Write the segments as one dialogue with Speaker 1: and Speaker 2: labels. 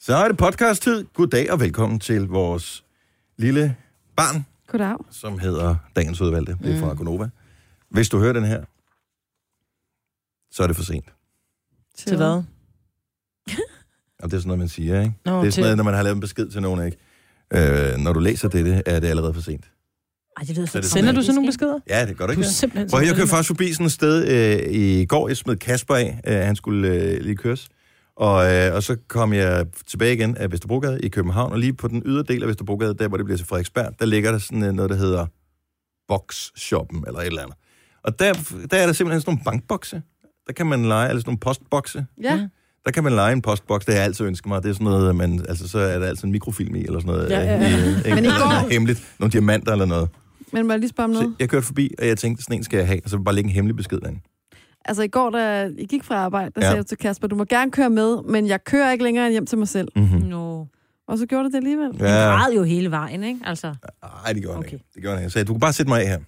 Speaker 1: Så er det podcast-tid. Goddag og velkommen til vores lille barn,
Speaker 2: Goddag.
Speaker 1: som hedder Dagens Udvalgte. Det er fra
Speaker 3: Mm.
Speaker 1: Gonova. Hvis du hører den her, så er det for sent.
Speaker 3: Til hvad?
Speaker 1: Og det er sådan noget, man siger, ikke?
Speaker 3: Nå,
Speaker 1: Det er
Speaker 3: til...
Speaker 1: sådan noget, når man har lavet en besked til nogen, ikke? Øh, når du læser dette, er det allerede for sent.
Speaker 4: Ej, det lyder
Speaker 1: Så er
Speaker 4: så
Speaker 1: det
Speaker 3: Sender du sådan nogle beskeder?
Speaker 1: Ja, det gør du
Speaker 3: Du
Speaker 1: ikke.
Speaker 3: er
Speaker 1: det?
Speaker 3: simpelthen...
Speaker 1: Prøv at høre, jeg kørte
Speaker 3: køber
Speaker 1: faktisk forbi sådan et sted øh, i går. Jeg smed Kasper af. Øh, han skulle øh, lige køres. Og, øh, og så kom jeg tilbage igen af Vesterbrogade i København, og lige på den ydre del af Vesterbrogade, der hvor det bliver til Frederiksberg, der ligger der sådan øh, noget, der hedder Box-shoppen, eller et eller andet. Og der, der er der simpelthen sådan nogle bankbokse. Der kan man lege, eller sådan nogle postbokse.
Speaker 2: Ja.
Speaker 1: Der kan man lege en postboks, det har jeg altid ønsket mig. Det er sådan noget, man, altså, så er der altid en mikrofilm i, eller sådan noget.
Speaker 3: Ja, ja, ja.
Speaker 1: øh, i, øh,
Speaker 2: Men i
Speaker 1: sådan noget
Speaker 2: går-
Speaker 1: Hemmeligt. Nogle diamanter eller noget.
Speaker 2: Men må jeg lige spørge om
Speaker 1: Så
Speaker 2: noget?
Speaker 1: jeg kørte forbi, og jeg tænkte, sådan en skal jeg have, og så vil jeg bare lægge en hemmelig besked derinde.
Speaker 2: Altså i går, da jeg gik fra arbejde, der
Speaker 1: Ja.
Speaker 2: ja. sagde jeg til Kasper, du må gerne køre med, men jeg kører ikke længere end hjem til mig selv.
Speaker 1: Mm-hmm.
Speaker 4: Nå.
Speaker 2: Og så gjorde det det alligevel.
Speaker 4: Ja. Den græd jo hele vejen, ikke? Altså,
Speaker 1: Nej, det gjorde han okay.
Speaker 4: Okay.
Speaker 1: ikke. Det gjorde han ikke. Jeg sagde, du kan bare sætte mig af her.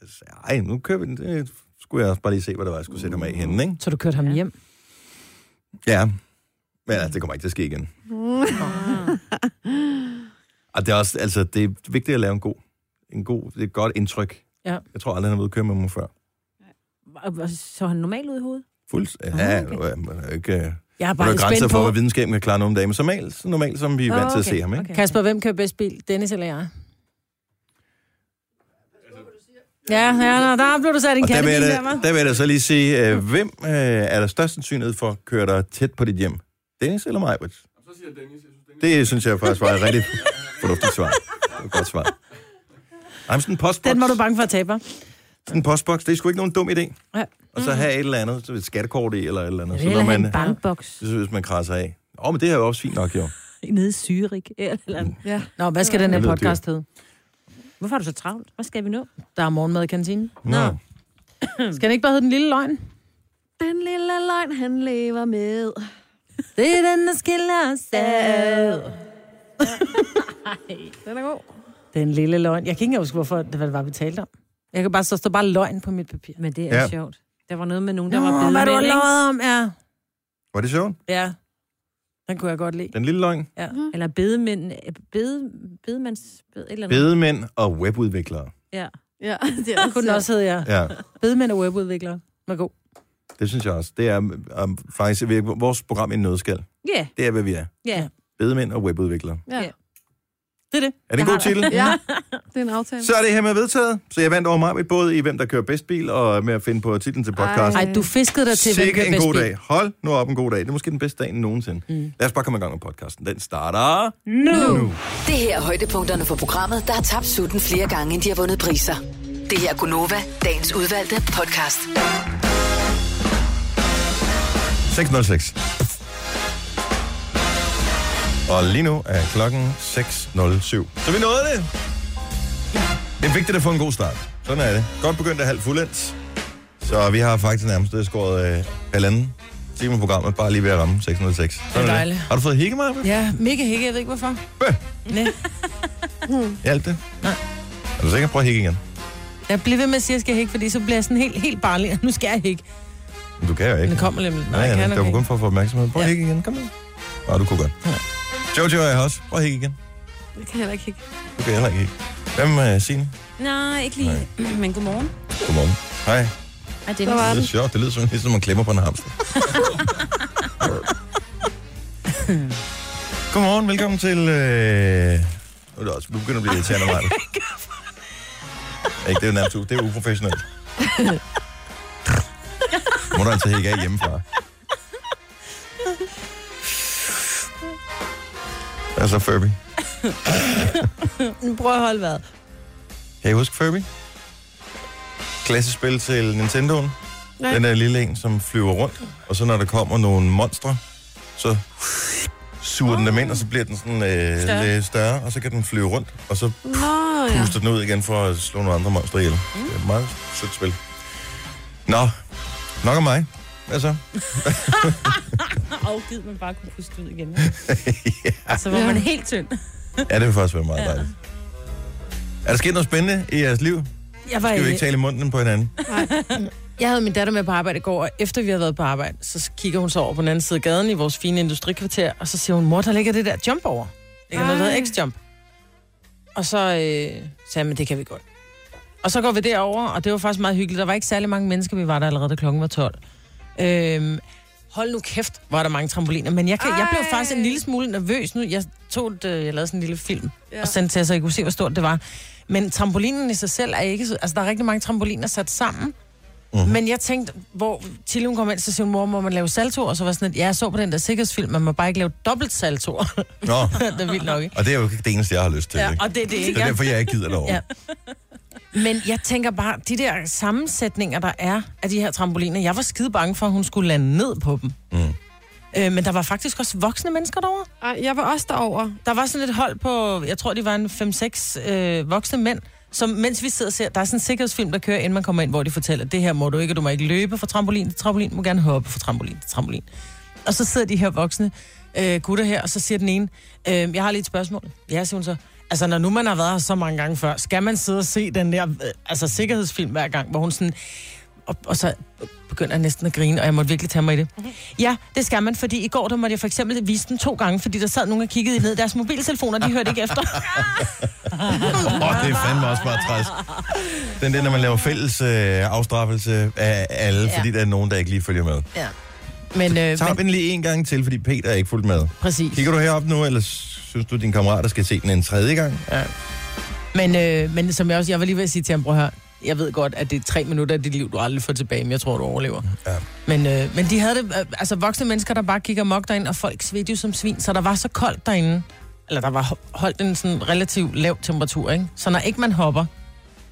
Speaker 1: Jeg sagde, Ej, nu kører vi den. Det skulle jeg også bare lige se, hvad det var, jeg skulle sætte mig af henne, ikke?
Speaker 3: Så du kørte ham
Speaker 4: Ja.
Speaker 3: hjem?
Speaker 1: Ja. Men altså, det kommer ikke til at ske igen.
Speaker 3: Ah.
Speaker 1: Og det er også, altså, det er vigtigt at lave en god, en god, det er et godt indtryk.
Speaker 3: Ja.
Speaker 1: Jeg tror aldrig, han har været ude at køre med mig før.
Speaker 4: og- og så er han normal ud i hovedet?
Speaker 1: Fuldt. Ja, okay. man er jo ikke... øh,
Speaker 3: Jeg er
Speaker 1: Der
Speaker 3: bare
Speaker 1: er jo
Speaker 3: lidt
Speaker 1: grænser
Speaker 3: spændt
Speaker 1: for, hvad
Speaker 3: på.
Speaker 1: videnskaben kan klare nogle dage, men som normalt, normalt som vi er vant til at se ham, ikke?
Speaker 4: Okay.
Speaker 3: Kasper, hvem kører bedst bil? Dennis eller jeg? Ja, ja, nå, der blev du sat en
Speaker 1: Og der vil,
Speaker 3: kattebil
Speaker 1: jeg
Speaker 3: der,
Speaker 1: da,
Speaker 3: hva'?
Speaker 1: der vil jeg da så lige sige, øh, hvem øh, er der størst sandsynlighed for at køre dig tæt på dit hjem? Dennis eller mig? Så siger Dennis. Det synes jeg faktisk var et rigtig fornuftigt svar. Det var et godt svar. Ej, men sådan en postboks,
Speaker 3: Den var du bange for at tabe, hva'?
Speaker 1: sådan en postboks, det er sgu ikke nogen dum idé.
Speaker 3: Ja.
Speaker 1: Og så have et eller andet, så et skattekort i, eller et eller andet. Så
Speaker 4: Eller
Speaker 1: når
Speaker 4: man...
Speaker 1: man,
Speaker 4: en bankboks
Speaker 1: så hvis man krasser af. Åh, oh, men det er jo også fint nok, jo.
Speaker 4: nede i Zürich. Eller...
Speaker 2: Ja.
Speaker 3: Nå, hvad skal den
Speaker 1: Det
Speaker 3: her
Speaker 1: lyder
Speaker 3: podcast hedde?
Speaker 4: Hvorfor er du så travlt? Hvad skal vi nå?
Speaker 3: Der er morgenmad i kantinen.
Speaker 1: Nå.
Speaker 3: Skal den ikke bare hedde Den Lille Løgn?
Speaker 2: Den lille løgn, han lever med.
Speaker 3: Det er den, der skiller os ad.
Speaker 2: Den er god.
Speaker 3: Den lille løgn. Jeg kan ikke engang huske, hvorfor det var, det var, vi talte om. Jeg kan bare, så står bare løgn på mit papir.
Speaker 4: Men det er
Speaker 1: Ja.
Speaker 4: ja. sjovt. Der var noget med nogen, der var bedre
Speaker 3: hvad du
Speaker 4: mænd,
Speaker 3: har
Speaker 4: ikke?
Speaker 3: løjet om, ja.
Speaker 1: Var det sjovt?
Speaker 3: Ja. Den kunne jeg godt lide.
Speaker 1: Den lille løgn.
Speaker 3: Ja.
Speaker 4: Eller bedemænd, bede, bedemands, bed, eller noget.
Speaker 1: Bedemænd og webudviklere.
Speaker 4: Ja.
Speaker 2: Ja, det
Speaker 3: Der
Speaker 2: er
Speaker 3: kunne den også hedde, ja.
Speaker 1: Ja.
Speaker 3: Bedemænd og webudviklere. Var god.
Speaker 1: Det synes jeg også. Det er um, faktisk vi er- vores program i en nødskal.
Speaker 4: Ja,
Speaker 1: Det er, hvad vi er.
Speaker 4: ja.
Speaker 1: Bedemænd og webudviklere.
Speaker 2: Ja.
Speaker 3: Det er det.
Speaker 1: Er det en god titel?
Speaker 2: ja, det er en aftale.
Speaker 1: Så er det her med vedtaget. Så jeg vandt over mig både i, hvem der kører bedst bil, og med at finde på titlen til podcasten.
Speaker 3: Ej, du fiskede dig til, hvem
Speaker 1: Sikke
Speaker 3: der
Speaker 1: en
Speaker 3: bedst
Speaker 1: god
Speaker 3: bil.
Speaker 1: dag. Hold nu op en god dag. Det er måske den bedste dag nogensinde. Mm. Lad os bare komme i gang med podcasten. Den starter...
Speaker 5: Det her er højdepunkterne for programmet, der har tabt sutten flere gange, end de har vundet priser. Det her er Gunova, dagens udvalgte podcast.
Speaker 1: 6.06. Og lige nu er klokken 6.07. Så vi nåede det. Det er vigtigt at få en god start. Sådan er det. Godt begyndt at halv fuldendt. Så vi har faktisk nærmest øh, skåret øh, halvanden time af programmet, bare lige ved at ramme 6.06. Sådan er det.
Speaker 3: dejligt.
Speaker 1: Har du fået hikke, Maja?
Speaker 3: Ja, mega hække, jeg ved ikke hvorfor.
Speaker 1: Bøh.
Speaker 3: Nej. Hmm.
Speaker 1: Hjalp det? Nej. Er du sikker? Prøv at hikke igen.
Speaker 3: Jeg bliver ved med at sige, at jeg skal hække, fordi så bliver jeg sådan helt, helt barlig. Nu skal jeg hække.
Speaker 1: Men du kan jo ikke.
Speaker 3: Men det kommer nemlig. Nej,
Speaker 1: Nej,
Speaker 3: jeg
Speaker 1: ja,
Speaker 3: kan
Speaker 1: det var
Speaker 3: nok
Speaker 1: kun for at få opmærksomhed. Prøv at
Speaker 3: Ja.
Speaker 1: hikke igen. Kom nu. Nå, du kunne godt.
Speaker 3: Ja.
Speaker 1: Jojo er her også. Prøv at hikke igen.
Speaker 2: Det kan jeg heller ikke kigge.
Speaker 1: Du kan heller ikke hikke. Hvad med uh, Signe?
Speaker 4: Nej, ikke lige. Nej. Men godmorgen.
Speaker 1: Godmorgen. Hej.
Speaker 4: Er det
Speaker 2: Der var
Speaker 1: Det
Speaker 2: den.
Speaker 1: er sjovt. Det lyder sådan, ligesom man klemmer på en hamster. Godmorgen. Velkommen til... Øh... Nu er det også. Nu begynder at blive irriterende mig. Ikke, det er jo nærmest u- det er uprofessionelt. Må du altså hække af hjemmefra. Hvad så, Furby?
Speaker 3: ikke. Prøv at holde vejret.
Speaker 1: Kan I huske Furby? Klassespil til Nintendoen.
Speaker 2: Nej.
Speaker 1: Den der lille en, som flyver rundt. Og så når der kommer nogle monstre, så suger den dem ind, og så bliver den sådan øh, større.
Speaker 4: Større.
Speaker 1: lidt større. Og så kan den flyve rundt, og så
Speaker 2: Nå, ja.
Speaker 1: puster den ud igen for at slå nogle andre monstre ihjel. Mm. Det er et meget sødt spil. Nå, nok om mig. Hvad så?
Speaker 4: afgivet, man bare kunne puste ud igen. ja.
Speaker 3: Altså,
Speaker 4: Så var man helt tynd.
Speaker 1: Ja, det vil faktisk være meget dejligt. Er der sket noget spændende i jeres liv?
Speaker 3: Jeg var,
Speaker 1: Skal vi ikke
Speaker 3: i,
Speaker 1: tale i munden på hinanden?
Speaker 3: Jeg havde min datter med på arbejde i går, og efter vi havde været på arbejde, så kigger hun så over på den anden side af gaden i vores fine industrikvarter, og så siger hun, mor, der ligger det der jump over. Ligger noget, der hedder X-jump. Og så øh, sagde jeg, men det kan vi godt. Og så går vi derover, og det var faktisk meget hyggeligt. Der var ikke særlig mange mennesker, vi var der allerede, da klokken var 12. Øhm, hold nu kæft, var der mange trampoliner. Men jeg, kan, jeg blev
Speaker 2: Ej.
Speaker 3: faktisk en lille smule nervøs nu. Jeg, tog et, øh, jeg lavede sådan en lille film
Speaker 2: Ja.
Speaker 3: ja. og sendte til jer, så I kunne se, hvor stort det var. Men trampolinen i sig selv er ikke... så- Altså, der er rigtig mange trampoliner sat sammen.
Speaker 1: Mhm.
Speaker 3: Uh-huh. Men jeg tænkte, hvor til hun kom ind, så siger hun, mor, må man lave saltoer? Og så var sådan, at ja, jeg så på den der sikkerhedsfilm, man må bare ikke lave dobbelt saltoer.
Speaker 1: Nå,
Speaker 3: det er vildt nok, ikke?
Speaker 1: og det er jo ikke det eneste, jeg har lyst til. Ja,
Speaker 3: Ja,
Speaker 1: ikke?
Speaker 3: og det er det,
Speaker 1: Det
Speaker 3: ikke?
Speaker 1: er derfor, jeg ikke gider derovre. Ja.
Speaker 3: Ja. Men jeg tænker bare, de der sammensætninger, der er af de her trampoliner, jeg var skide bange for, at hun skulle lande ned på dem.
Speaker 1: Mm.
Speaker 3: Øh, men der var faktisk også voksne mennesker derovre.
Speaker 2: Ej, jeg var også derover.
Speaker 3: Der var sådan et hold på, jeg tror, de var en 5-6 øh, voksne mænd, som mens vi sidder og ser, der er sådan en sikkerhedsfilm, der kører, inden man kommer ind, hvor de fortæller, det her må du ikke, du må ikke løbe fra trampolin til trampolin, du må gerne hoppe fra trampolin til trampolin. Og så sidder de her voksne øh, gutter her, og så siger den ene, øh, jeg har lige et spørgsmål. Ja, siger hun så. Altså, når nu man har været her så mange gange før, skal man sidde og se den der øh, altså, sikkerhedsfilm hver gang, hvor hun sådan... Og, og så begynder jeg næsten at grine, og jeg måtte virkelig tage mig i det. Ja, det skal man, fordi i går der måtte jeg for eksempel vise den to gange, fordi der sad nogen og kiggede ned i deres Altså, mobiltelefoner, de hørte ikke efter.
Speaker 1: Åh, oh, det er fandme også bare træls. Den der, når man laver fælles øh, afstraffelse af alle, ja.
Speaker 3: Ja.
Speaker 1: fordi der er nogen, der ikke lige følger med.
Speaker 3: Men, øh,
Speaker 1: Tag
Speaker 3: men
Speaker 1: den lige en gang til, fordi Peter er ikke fuldt med.
Speaker 3: præcis.
Speaker 1: Kigger du herop nu, eller synes du, din kammerater skal se den en tredje gang?
Speaker 3: Men, øh, men som jeg også, jeg var lige ved at sige til ham, bror her, jeg ved godt, at det er tre minutter af dit liv, du aldrig får tilbage, men jeg tror, du overlever.
Speaker 1: Ja.
Speaker 3: Men, øh, men de havde det, øh, altså voksne mennesker, der bare gik og mok derinde, og folk svedte jo som svin, så der var så koldt derinde. Eller der var ho- holdt en sådan relativt lav temperatur, ikke? Så når ikke man hopper,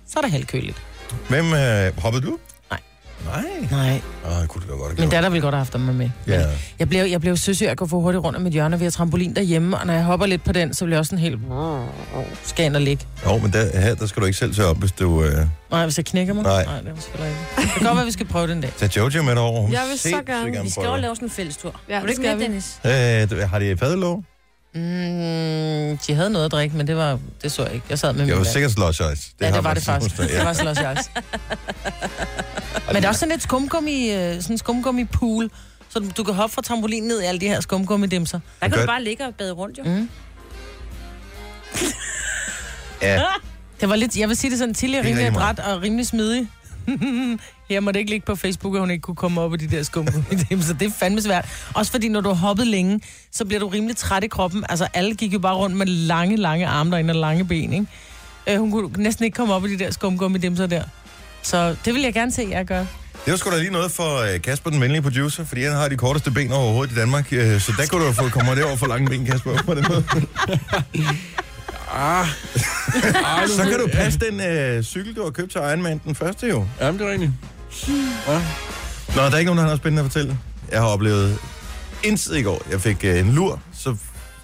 Speaker 3: så er der halvkøligt.
Speaker 1: Hvem øh, hoppede du?
Speaker 3: Nej.
Speaker 1: Nej?
Speaker 3: Nej,
Speaker 1: Åh, det kunne du da godt have
Speaker 3: min
Speaker 1: gjort.
Speaker 3: datter ville godt have haft dem med. med. Men
Speaker 1: Ja.
Speaker 3: Jeg blev, jeg blev søsyg at gå for hurtigt rundt om mit hjørne, og vi har trampolin derhjemme, og når jeg hopper lidt på den, så bliver jeg også sådan helt... Skal jeg ind og ligge?
Speaker 1: Jo, men der, her, der skal du ikke selv tage op, hvis du øh,
Speaker 3: Nej, hvis jeg knækker mig?
Speaker 1: Nej.
Speaker 3: Nej det var selvfølgelig ikke. Det kan godt være, vi skal prøve den dag.
Speaker 1: tager Jojo med derover. Hun
Speaker 2: Jeg vil så
Speaker 1: sindssygt
Speaker 2: gerne.
Speaker 4: Vi skal jo lave sådan en fælles tur.
Speaker 2: Ja,
Speaker 4: Ja, er du ikke
Speaker 2: skal
Speaker 4: med,
Speaker 2: vi.
Speaker 4: Dennis?
Speaker 1: prøve. Øh, har de paddelov?
Speaker 3: Mm, de havde noget at drikke, men det, var, det så jeg ikke. Jeg sad med min
Speaker 1: Jeg var
Speaker 3: mand.
Speaker 1: sikkert slush ice.
Speaker 3: Det ja,
Speaker 1: har
Speaker 3: det var
Speaker 1: man
Speaker 3: det faktisk.
Speaker 1: sådan-
Speaker 3: Det var sådan også jeg også. Men der er også sådan et skumgummi, øh, sådan en skumgummi-pool, så du- du kan hoppe fra trampolinen ned i alle de her skumgummi-dimser.
Speaker 4: Der kan
Speaker 1: Gør-
Speaker 4: du bare ligge og bade rundt, jo.
Speaker 3: Mm.
Speaker 1: Ja.
Speaker 3: Det var lidt, jeg vil sige det sådan, Tilly er
Speaker 1: Det er
Speaker 3: rimelig
Speaker 1: rigtig
Speaker 3: adræt og rimelig smidig. jeg måtte ikke ligge på Facebook, at hun ikke kunne komme op i de der skumgummi så det er fandme svært. Også fordi, når du har hoppet længe, så bliver du rimelig træt i kroppen. Altså, alle gik jo bare rundt med lange, lange arme derinde og lange ben, ikke? Øh, hun kunne næsten ikke komme op i de der skumgummi der. Så det vil jeg gerne se jer gøre.
Speaker 1: Det var sgu da lige noget for øh, Kasper, den venlige producer, fordi han har de korteste ben overhovedet i Danmark, øh, så der kunne du jo få kommet derover for lange ben, Kasper, på den måde.
Speaker 6: Ah. ah
Speaker 1: Så kan du passe den øh, cykel, du har købt til Ironman, den første jo.
Speaker 6: Jamen, det er rigtigt.
Speaker 1: Nå, der er ikke nogen, der har noget spændende at fortælle. Jeg har oplevet intet i går. Jeg fik øh, en lur, så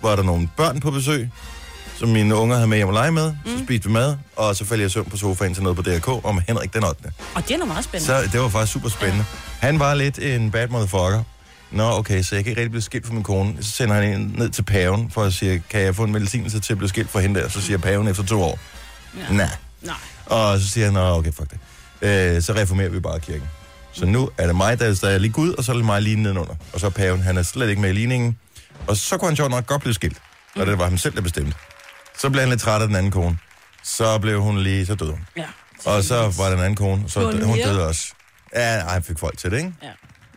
Speaker 1: var der nogle børn på besøg, som mine unger havde med hjem og lege med. Mm. Så spiste vi mad, og så faldt jeg i søvn på sofaen til noget på DRK om Henrik den 8.
Speaker 4: Og det er noget meget spændende.
Speaker 1: Så det var faktisk super spændende. Han var lidt en bad motherfucker. Nå, okay, så jeg kan ikke rigtig blive skilt fra min kone. Så sender han en ned til paven for at sige, kan jeg få en velsignelse til at blive skilt fra hende der? Så siger paven efter to år, ja. nej.
Speaker 4: Nej.
Speaker 1: Og så siger han, "Nå, okay, fuck det. Øh, så reformerer vi bare kirken. Så nu er det mig, der, der er lige Gud, og så er det mig lige nedenunder. Og så er paven, han er slet ikke med i ligningen. Og så kunne han sjovt nok godt blive skilt, når det var ham selv, der bestemte. Så blev han lidt træt af den anden kone. Så blev hun lige, så døde hun.
Speaker 4: Ja.
Speaker 1: Og så var der en anden kone, så
Speaker 2: Kun
Speaker 1: dø- hun
Speaker 2: mere?
Speaker 1: døde også. Ja, nej, han fik folk til det, ikke?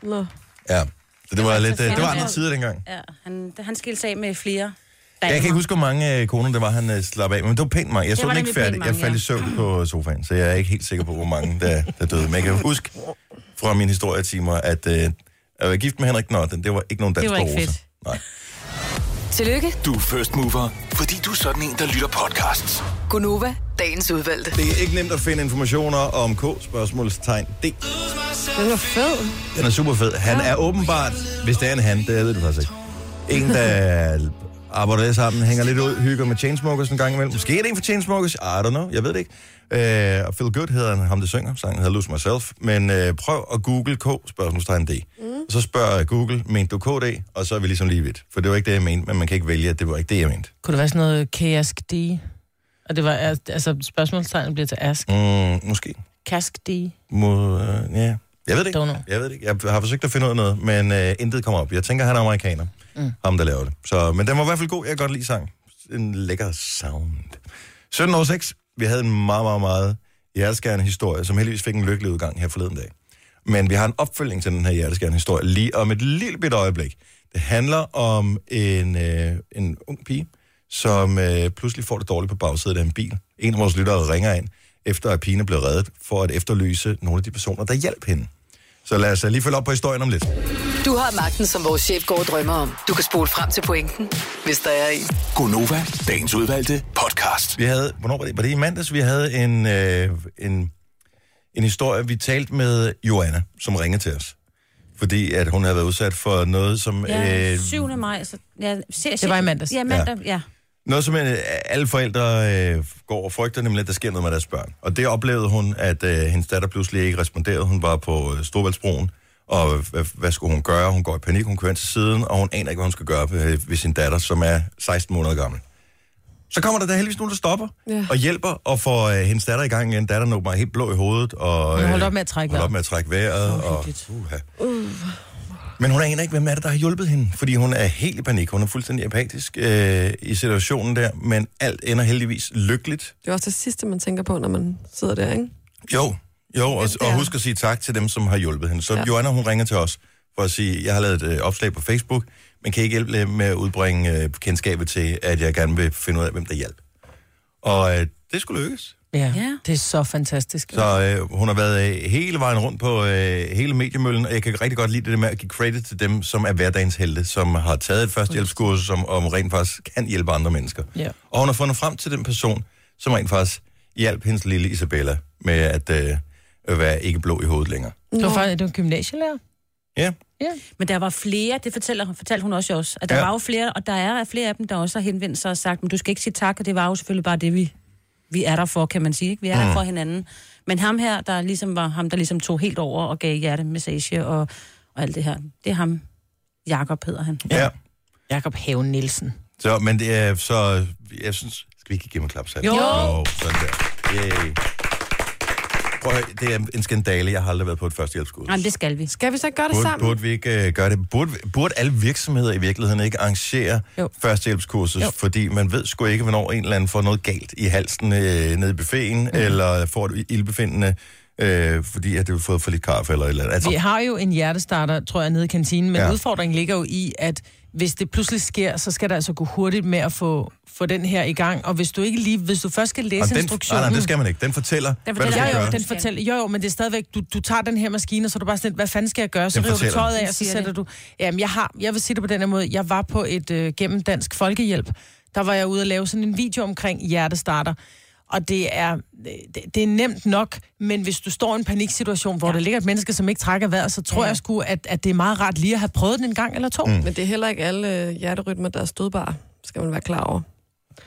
Speaker 2: Nå.
Speaker 1: Ja. Så det var,
Speaker 4: altså
Speaker 1: lidt, øh, det var
Speaker 4: fandme
Speaker 1: andre
Speaker 4: vold.
Speaker 1: tider dengang.
Speaker 4: ja han, han skilte sig af med flere damer.
Speaker 1: Jeg kan ikke huske, hvor mange øh, koner det var, han øh, slap af, men det var pænt mange. Jeg så
Speaker 4: var
Speaker 1: den ikke
Speaker 4: nemlig pænt
Speaker 1: færdig. Jeg
Speaker 4: mange,
Speaker 1: faldt i
Speaker 4: ja.
Speaker 1: søvn på øh, sofaen, så jeg er ikke helt sikker på, hvor mange der, der døde. Men jeg kan huske fra mine historietimer, at øh, at være gift med Henrik Norden, det var ikke nogen dans
Speaker 4: Det var
Speaker 1: på
Speaker 4: ikke
Speaker 1: roser.
Speaker 4: fedt.
Speaker 1: Nej.
Speaker 5: Tillykke,
Speaker 7: Du er first mover, fordi du er sådan en, der lytter podcasts.
Speaker 5: Gunova, dagens udvalgte.
Speaker 1: Det er ikke nemt at finde informationer om K, spørgsmålstegn D.
Speaker 2: Den var fed.
Speaker 1: Den er super fed. Han er åbenbart, hvis det er en han, det ved du faktisk ikke. En, der arbejder lidt sammen, hænger lidt ud, hygger med Chainsmokers en gang imellem. Måske er det en for Chainsmokers, I don't know, jeg ved det ikke. Øh, og Phil Good hedder han, ham der synger, sangen hedder Lose Myself. Men øh, prøv at google K, spørgsmålstegn D. Mm. Så spørger Google, mente du KD? Og så er vi ligesom lige vidt. For det var ikke det, jeg mente, men man kan ikke vælge, at det var ikke det, jeg mente.
Speaker 3: Kunne det være sådan noget kask D? Og det var, altså spørgsmålstegnet bliver til ask.
Speaker 1: Mm, måske.
Speaker 3: Kask D.
Speaker 1: Må, øh, ja. Jeg ved det ikke.
Speaker 3: Don't know.
Speaker 1: Jeg ved det ikke. Jeg har forsøgt at finde ud af noget, men øh, intet kommer op. Jeg tænker, han er amerikaner. Mm. Ham, der laver det. Så, men den var i hvert fald god. Jeg kan godt lide sang. En lækker sound. 17 år 6. Vi havde en meget, meget, meget hjerteskærende historie, som heldigvis fik en lykkelig udgang her forleden dag. Men vi har en opfølgning til den her hjerteskærende historie lige om et lille bit øjeblik. Det handler om en, øh, en ung pige, som øh, pludselig får det dårligt på bagsædet af en bil. En af vores lyttere ringer ind, efter at pigen er blevet reddet, for at efterlyse nogle af de personer, der hjalp hende. Så lad os øh, lige følge op på historien om lidt.
Speaker 5: Du har magten, som vores chef går og drømmer om. Du kan spole frem til pointen, hvis der er en.
Speaker 7: Gonova, dagens udvalgte podcast.
Speaker 1: Vi havde, hvornår var det? Var det i mandags, vi havde en, øh, en, en historie, vi talte med Joanna, som ringede til os. Fordi at hun havde været udsat for noget, som,
Speaker 4: Ja,
Speaker 1: øh,
Speaker 4: 7. maj. Så, ja, se,
Speaker 3: Det var i mandags.
Speaker 4: Ja, mandag, ja. ja.
Speaker 1: noget, som øh, alle forældre øh, går og frygter, nemlig at der sker noget med deres børn. Og det oplevede hun, at øh, hendes datter pludselig ikke responderede. Hun var på øh, Storvaldsbroen, og øh, hvad, hvad skulle hun gøre? Hun går i panik, hun kører ind til siden, og hun aner ikke, hvad hun skal gøre øh, ved sin datter, som er 16 måneder gammel. Så kommer der da heldigvis nogen, der stopper ja.
Speaker 2: Ja.
Speaker 1: og hjælper og får øh, hendes datter i gang igen. Datteren åbner helt blå i hovedet. Og,
Speaker 3: Hun
Speaker 1: øh,
Speaker 3: holdt op med at trække
Speaker 1: holdt op
Speaker 3: vejret.
Speaker 1: med at trække vejret.
Speaker 3: Åh,
Speaker 1: og,
Speaker 3: hyggeligt.
Speaker 1: uh, Men hun aner ikke, hvem er det, der har hjulpet hende. Fordi hun er helt i panik. Hun er fuldstændig apatisk øh, i situationen der. Men alt ender heldigvis lykkeligt.
Speaker 2: Det er også det sidste, man tænker på, når man sidder der, ikke?
Speaker 1: Jo, jo og,
Speaker 2: det
Speaker 1: og
Speaker 2: er.
Speaker 1: husk at sige tak til dem, som har hjulpet hende. Så ja.
Speaker 2: Ja.
Speaker 1: Joanna, hun ringer til os for at sige, jeg har lavet et øh, opslag på Facebook, men kan I ikke hjælpe med at udbringe øh, kendskabet til, at jeg gerne vil finde ud af, hvem der hjalp. Og øh, det skulle lykkes.
Speaker 3: Ja.
Speaker 4: Ja.
Speaker 3: Det er så fantastisk. Så.
Speaker 1: Så øh, hun har været øh, hele vejen rundt på øh, hele mediemøllen, og jeg kan rigtig godt lide det der med at give credit til dem, som er hverdagens helte, som har taget et førstehjælpskursus, som om rent faktisk kan hjælpe andre mennesker.
Speaker 3: Ja.
Speaker 1: Og hun har fundet frem til den person, som rent faktisk hjalp hendes lille Isabella med at øh, at være ikke blå i hovedet længere.
Speaker 3: Du var faktisk du er gymnasielærer.
Speaker 1: Ja,
Speaker 3: Ja.
Speaker 4: Men der var flere, det fortæller, fortalte hun også, også at der
Speaker 1: Ja.
Speaker 4: ja. var jo flere, og der er flere af dem, der også har henvendt sig og sagt, men du skal ikke sige tak, og det var jo selvfølgelig bare det, vi, vi er der for, kan man sige. Ikke? Vi er mm. der for hinanden. Men ham her, der ligesom var ham, der ligesom tog helt over og gav hjertemassage og, og alt det her, det er ham. Jakob hedder han.
Speaker 1: ja. ja.
Speaker 3: Jakob Haven Nielsen.
Speaker 1: Så, men det er, så jeg synes, skal vi ikke give mig klap selv?
Speaker 3: Jo.
Speaker 1: jo. Sådan der. Yay. Prøv at høre, det er en skandale. Jeg har aldrig været på et førstehjælpskursus.
Speaker 4: Jamen, det skal vi.
Speaker 2: Skal vi så gøre det
Speaker 1: Burde,
Speaker 2: sammen?
Speaker 1: burde vi ikke øh, gøre det? Burde, burde alle virksomheder i virkeligheden ikke arrangere
Speaker 3: Jo.
Speaker 1: førstehjælpskursus?
Speaker 3: Jo.
Speaker 1: Fordi man ved sgu ikke, hvornår en eller anden får noget galt i halsen øh, nede i buffeten,
Speaker 3: Mhm.
Speaker 1: mm. eller får et ildbefindende, øh, fordi at du har fået for lidt kaffe eller et eller andet. Altså,
Speaker 3: Vi har jo en hjertestarter, tror jeg, nede i kantinen, men
Speaker 1: Ja.
Speaker 3: ja. udfordringen ligger jo i, at hvis det pludselig sker, så skal der altså gå hurtigt med at få, få den her i gang. Og hvis du ikke lige, hvis du først skal læse
Speaker 1: og den, ah, nej,
Speaker 3: instruktionen...
Speaker 1: nej, det skal man ikke. Den fortæller, den
Speaker 4: fortæller-
Speaker 1: hvad du
Speaker 3: Ja,
Speaker 1: skal
Speaker 3: jo,
Speaker 1: gøre.
Speaker 3: jo, den fortæller, jo, jo, men det er stadigvæk, du, du tager den her maskine, og så er du bare sådan, lidt, hvad fanden skal jeg gøre? Så
Speaker 1: Den
Speaker 3: river du
Speaker 1: fortæller.
Speaker 3: tøjet af, og så
Speaker 4: Den siger
Speaker 3: sætter
Speaker 4: det.
Speaker 3: du... Jamen, jeg, har, jeg vil sige det på den her måde. Jeg var på et øh, gennem Dansk Folkehjælp. Der var jeg ude og lave sådan en video omkring hjertestarter. Og det er, det, det er nemt nok, men hvis du står i en paniksituation, hvor ja. der ligger et menneske, som ikke trækker vejret, så tror ja. jeg sgu, at, at det er meget rart lige at have prøvet den en gang eller to. Mm.
Speaker 2: Men det er heller ikke alle øh, hjerterytmer, der er stødbare, skal man være klar over.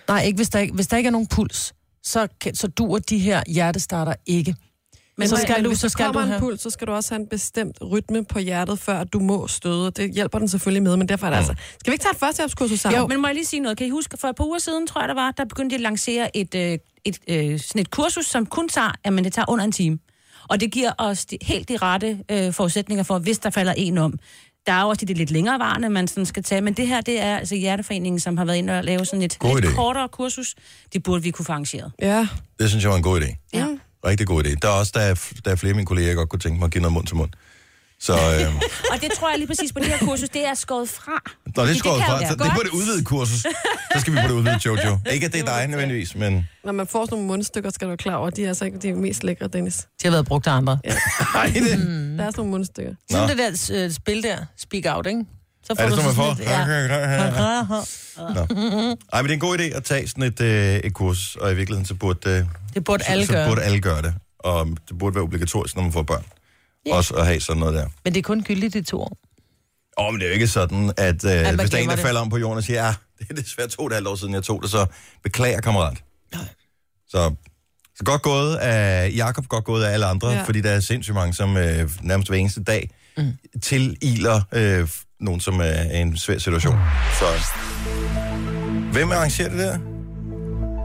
Speaker 3: Nej, ikke hvis, der ikke hvis der ikke er nogen puls, så, kan- så duer de her hjertestarter ikke. Men så
Speaker 2: Men-
Speaker 3: skal
Speaker 2: men
Speaker 3: du,
Speaker 2: hvis
Speaker 3: så
Speaker 2: der
Speaker 3: skal du
Speaker 2: kommer en
Speaker 3: have...
Speaker 2: puls, så skal du også have en bestemt rytme på hjertet, før du må støde. Det hjælper den selvfølgelig med, men derfor er det altså... Skal vi ikke tage et førstehjælpskursus sammen?
Speaker 4: Jo. Men må jeg lige sige noget? Kan I huske, for et par uger siden, tror jeg, der var, der begyndte de at lancere et, øh, et, øh, sådan et kursus, som kun tager, jamen, det tager under en time. Og det giver os de, helt de rette øh, forudsætninger for, hvis der falder en om. Der er jo også de, de lidt længerevarende, man sådan skal tage, men det her, det er altså Hjerteforeningen, som har været inde og lave sådan et
Speaker 1: God
Speaker 4: lidt
Speaker 1: idé.
Speaker 4: kortere kursus. Det burde vi kunne få arrangeret.
Speaker 2: Ja.
Speaker 1: Det synes jeg var en god idé.
Speaker 4: Ja.
Speaker 1: Rigtig god idé. Der er også der er, f- der er flere af mine kolleger, jeg godt kunne tænke mig at give noget mund til mund. Så, øh, nå, det
Speaker 4: Og det tror jeg lige præcis på det her kursus, det er skåret fra.
Speaker 1: er skåret
Speaker 4: kan
Speaker 1: fra.
Speaker 4: være
Speaker 1: Så, det er på
Speaker 4: godt.
Speaker 1: det udvidede kursus. Så skal vi på det udvidede, Jojo. Ikke at det er dig nødvendigvis, men...
Speaker 2: Når man får sådan nogle mundstykker, skal du være klar over. De er altså ikke de mest lækre, Dennis.
Speaker 3: De har været brugt af andre.
Speaker 1: Ej, det...
Speaker 2: Mm. Der er sådan nogle mundstykker.
Speaker 3: Sådan det der øh, spil der, Speak Out, ikke? Så
Speaker 1: Er det sådan, man får?
Speaker 3: lidt- ja.
Speaker 1: Ej, men det er en god idé at tage sådan et, øh, et kurs, og i virkeligheden så burde, øh,
Speaker 3: Det burde alle
Speaker 1: så, så
Speaker 3: gøre.
Speaker 1: burde alle gøre det. Og um, det burde være obligatorisk, når man får børn.
Speaker 3: Ja.
Speaker 1: Yeah. Også at have sådan noget der.
Speaker 3: Men det er kun gyldigt i to år.
Speaker 1: Åh, oh, men det er jo ikke sådan, at, øh, at hvis der er en,
Speaker 3: glemmer
Speaker 1: der det.
Speaker 3: det.
Speaker 1: falder om på jorden og siger, ja, det er desværre to og et halvt år siden, jeg tog det, så beklager, kammerat. Så, så godt gået af Jakob, godt gået af alle andre, ja.
Speaker 2: Ja.
Speaker 1: fordi der er sindssygt mange, som øh, nærmest hver eneste dag mm. tililer øh, nogen, som øh, er i en svær situation. Så, hvem arrangerer det der?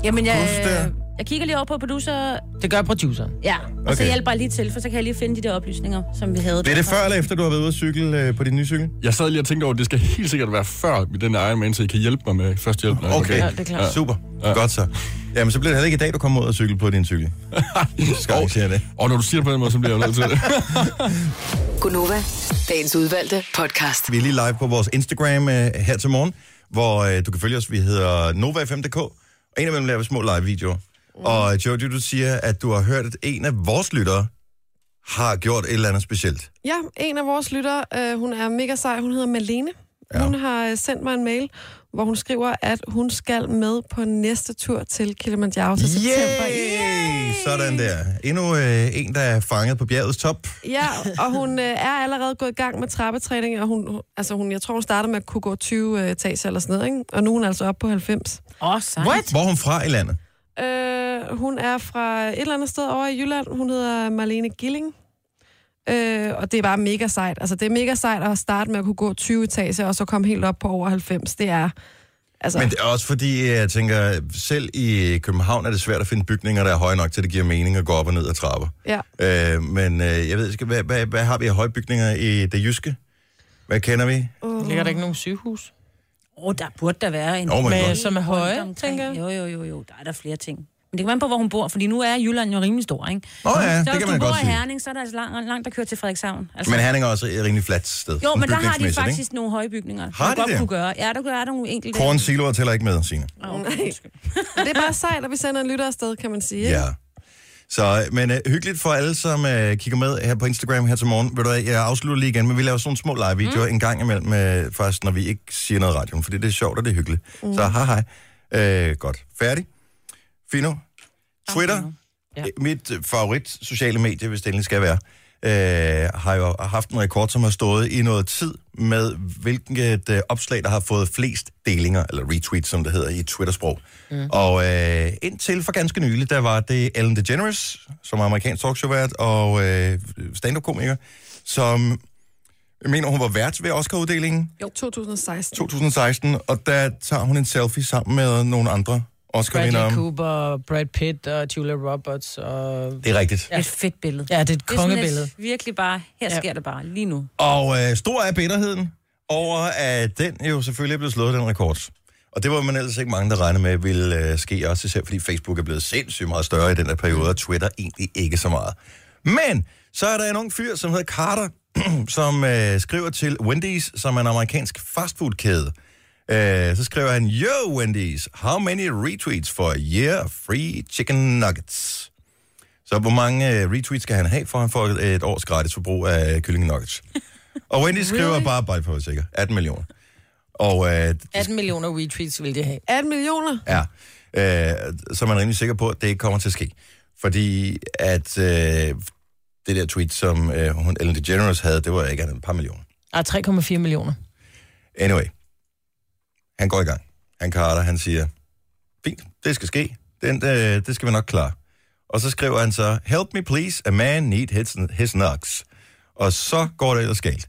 Speaker 4: Jamen, jeg,
Speaker 1: Kursus der?
Speaker 4: Jeg kigger lige over på producer,
Speaker 3: Det gør produceren.
Speaker 4: ja, og okay. så
Speaker 1: Okay.
Speaker 4: hjælper jeg lige til, for så kan jeg lige finde de der oplysninger, som vi havde.
Speaker 1: Blev det før eller efter, du har været ude at cykle øh, på din nye cykel?
Speaker 6: Jeg sad lige og tænkte over, at det skal helt sikkert være før med den Iron Man, så I kan hjælpe mig med førstehjælp. når jeg
Speaker 1: Okay,
Speaker 6: går
Speaker 3: det er klart.
Speaker 1: Ja. super. Ja. Godt så. Jamen, så bliver det heller ikke i dag, du kommer ud og cykle på din cykel.
Speaker 6: galt.
Speaker 1: Skal jeg sige det.
Speaker 6: Og når du siger det på den måde, så bliver jeg jo nødt til det.
Speaker 5: Gunova, dagens udvalgte podcast.
Speaker 1: Vi er lige live på vores Instagram øh, her til morgen, hvor øh, du kan følge os. Vi hedder Nova5.dk, og en af dem laver vi små live-videoer. Mm. Og øh, Jojo, du siger, at du har hørt, at en af vores lyttere har gjort et eller andet specielt.
Speaker 2: Ja, en af vores lyttere, øh, hun er mega sej, hun hedder Malene. Ja. Hun har øh, sendt mig en mail, hvor hun skriver, at hun skal med på næste tur til Kilimanjaro til september.
Speaker 1: Yay! Sådan der. Endnu øh, en, der er fanget på bjergets top.
Speaker 2: Ja, og hun øh, er allerede gået i gang med trappetræning, og hun, altså hun, jeg tror, hun startede med at kunne gå 20 øh, etager eller sådan noget, ikke? og nu er hun altså oppe på 90.
Speaker 4: Åh, oh, sejt.
Speaker 1: What? Hvor er hun fra i landet?
Speaker 2: Øh, hun er fra et eller andet sted over i Jylland. Hun hedder Marlene Gilling. Øh, og det er bare mega sejt. Altså, det er mega sejt at starte med at kunne gå 20 etager, og så komme helt op på over 90. Det er... Altså,
Speaker 1: Men det er også fordi, øh, jeg tænker, selv i København er det svært at finde bygninger, der er høje nok til, at det giver mening at gå op og ned ad trapper.
Speaker 2: ja.
Speaker 1: Øh, men øh, jeg ved ikke, hvad, hvad, hvad har vi af højbygninger i det jyske? Hvad kender vi?
Speaker 3: Ligger der ikke nogen sygehus?
Speaker 4: Åh, oh, der burde der være en...
Speaker 1: Oh my
Speaker 3: Med,
Speaker 1: god.
Speaker 3: som er høje,
Speaker 4: Rundt omkring.
Speaker 3: tænker jeg.
Speaker 4: Jo, jo, jo, jo, der er der flere ting. Men det kan være på, hvor hun bor, fordi nu er Jylland jo rimelig stor, ikke?
Speaker 1: Nå ja,
Speaker 4: så
Speaker 1: det kan
Speaker 4: hvis
Speaker 1: man
Speaker 4: du bor
Speaker 1: godt
Speaker 4: i
Speaker 1: sige.
Speaker 4: Herning, så er der altså langt, langt der kører til Frederikshavn. Altså,
Speaker 1: Men Herning er også et rimelig fladt sted.
Speaker 4: jo,
Speaker 1: sådan
Speaker 4: men der har de
Speaker 1: bygningsmæssigt,
Speaker 4: faktisk ikke? nogle høje bygninger.
Speaker 1: Har
Speaker 4: man
Speaker 1: de
Speaker 4: godt
Speaker 1: det?
Speaker 4: kunne gøre. Ja, der gør der nogle enkelte.
Speaker 1: Ikke? Kornsiloer tæller ikke med, Signe.
Speaker 4: Oh, okay. undskyld.
Speaker 2: Men det er bare sejt, at vi sender en lytter afsted, kan man sige. ikke?
Speaker 1: Ja. Så, øh, men øh, hyggeligt for alle, som øh, kigger med her på Instagram her til morgen. Ved du hvad, jeg afslutter lige igen, men vi laver sådan nogle små live-videoer mm. en gang imellem, øh, først når vi ikke siger noget i radioen, fordi det er sjovt og det er hyggeligt. Mm. Så hej hej. Øh, godt. Færdig. Fino. Twitter, ja. mit øh, favorit sociale medie, hvis det endelig skal være, øh, har jo haft en rekord, som har stået i noget tid med, hvilket øh, opslag, der har fået flest delinger, eller retweets, som det hedder i Twitter-sprog. Mm. Og øh, indtil for ganske nylig, der var det Ellen DeGeneres, som er amerikansk talkshow-vært og øh, stand-up-komiker, som, jeg mener, hun var vært ved Oscar-uddelingen.
Speaker 2: Jo, 2016.
Speaker 1: 2016, og der tager hun en selfie sammen med nogle andre Oscar-vindere.
Speaker 3: Bradley Cooper, Brad Pitt og Julia Roberts. Og...
Speaker 1: Det er rigtigt.
Speaker 4: Et fedt billede.
Speaker 3: Ja, det er et
Speaker 4: Det er sådan
Speaker 3: kongebillede.
Speaker 4: et virkelig bare, her sker det bare lige nu.
Speaker 1: Og øh, stor er bitterheden over, at den jo selvfølgelig blev slået, den rekord. Og det var man ellers ikke mange, der regnede med ville øh, ske også, især fordi Facebook er blevet sindssygt meget større i den her periode, og Twitter egentlig ikke så meget. Men så er der en ung fyr, som hedder Carter, som øh, skriver til Wendy's, som er en amerikansk fastfoodkæde. Øh, så skriver han, Yo Wendy's, how many retweets for a year of free chicken nuggets? Så hvor mange øh, retweets skal han have, for han får et års gratis forbrug af øh, kylling nuggets? Og Wendy skriver really? bare, bare på sikker, 18 millioner. Og øh,
Speaker 3: 18 millioner retweets vil de have.
Speaker 2: 18 millioner.
Speaker 1: ja, øh, så er man rimelig sikker på, at det ikke kommer til at ske. Fordi at øh, det der tweet, som øh, hun, Ellen DeGeneres havde, det var ikke andet end et par millioner.
Speaker 3: Ah, 3,4 millioner.
Speaker 1: Anyway, han går i gang. Han karter, han siger, fint, det skal ske. Den, øh, det skal vi nok klare. Og så skriver han så, help me please, a man need his, his nugs. Og så går det ellers galt.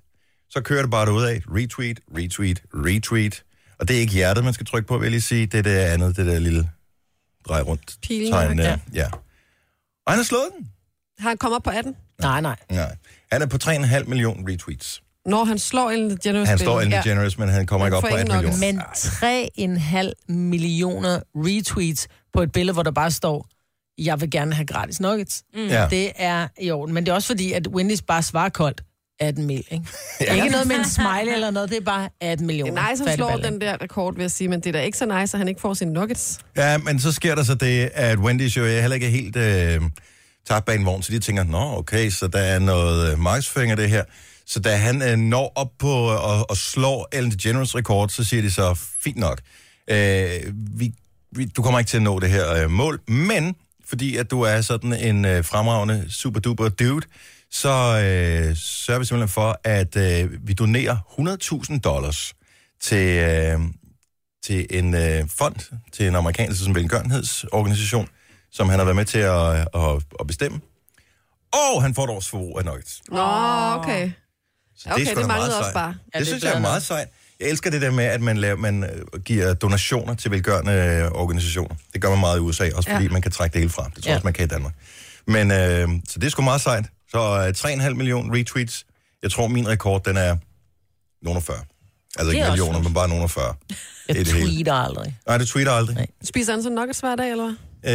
Speaker 1: Så kører det bare ud af, retweet, retweet, retweet. Og det er ikke hjertet, man skal trykke på, vil jeg lige sige. Det er det andet, det der lille drej rundt
Speaker 2: Pilen,
Speaker 1: tegn der.
Speaker 3: ja.
Speaker 1: Ja. Og han har slået den.
Speaker 2: Har han kommet op på 18?
Speaker 3: Nej, nej.
Speaker 1: Nej. Han er på 3,5 millioner retweets.
Speaker 2: Når han slår Ellen DeGeneres.
Speaker 1: Han står
Speaker 2: billede.
Speaker 1: Ellen DeGeneres, men han kommer
Speaker 2: Han
Speaker 1: ikke op
Speaker 2: får
Speaker 1: på
Speaker 2: ikke
Speaker 1: 18
Speaker 2: nok.
Speaker 1: millioner.
Speaker 3: Men 3,5 millioner retweets på et billede, hvor der bare står, jeg vil gerne have gratis nuggets. Mm.
Speaker 1: Ja.
Speaker 3: Det er i orden. Men det er også fordi, at Wendy's bare svarer koldt 18 mil, ikke? ja. Ikke noget med en smiley eller noget, det er bare 18 millioner.
Speaker 2: Det er nice, han slår
Speaker 3: fattigballer.
Speaker 2: den der rekord, vil jeg sige, men det er da ikke så nice, at han ikke får sine nuggets.
Speaker 1: Ja, men så sker der så det, at Wendy's jo heller ikke er helt øh, tabt bag en vogn, så de tænker, nå okay, så der er noget øh, markedsføring af det her. Så da han øh, når op på og, og slår Ellen DeGeneres rekord, så siger de så, fint nok, øh, vi, vi, du kommer ikke til at nå det her øh, mål, men fordi at du er sådan en øh, fremragende super duper dude, så øh, sørger vi simpelthen for, at øh, vi donerer 100.000 dollars til, øh, til en øh, fond, til en amerikansk som velgørenhedsorganisation, som han har været med til at, øh, at, at bestemme. Og han får et års forbrug af nuggets.
Speaker 2: Nå, okay.
Speaker 1: Så
Speaker 2: Okay,
Speaker 1: sgu
Speaker 2: det
Speaker 1: da meget
Speaker 2: manglede også
Speaker 1: sejt.
Speaker 2: bare.
Speaker 1: Det,
Speaker 3: det
Speaker 1: det
Speaker 3: er
Speaker 1: synes jeg er
Speaker 3: bedre
Speaker 1: meget sejt. Jeg elsker det der med, at man, laver, man øh, giver donationer til velgørende øh, organisationer. Det gør man meget i USA, også fordi ja.
Speaker 2: Ja.
Speaker 1: man kan trække det hele fra. Det tror jeg
Speaker 3: Ja.
Speaker 1: også, man kan i Danmark. Men, øh, så det er sgu meget sejt. Så øh, 3,5 millioner retweets. Jeg tror, min rekord, den er nogen og 40. Altså
Speaker 3: er
Speaker 1: ikke
Speaker 3: også
Speaker 1: millioner, men bare nogen og 40.
Speaker 3: Jeg
Speaker 1: Det er det hele.
Speaker 3: tweeter aldrig.
Speaker 1: Nej, det tweeter aldrig.
Speaker 3: Nej.
Speaker 2: Spiser han så nuggets hver dag, eller hvad?
Speaker 1: Øh,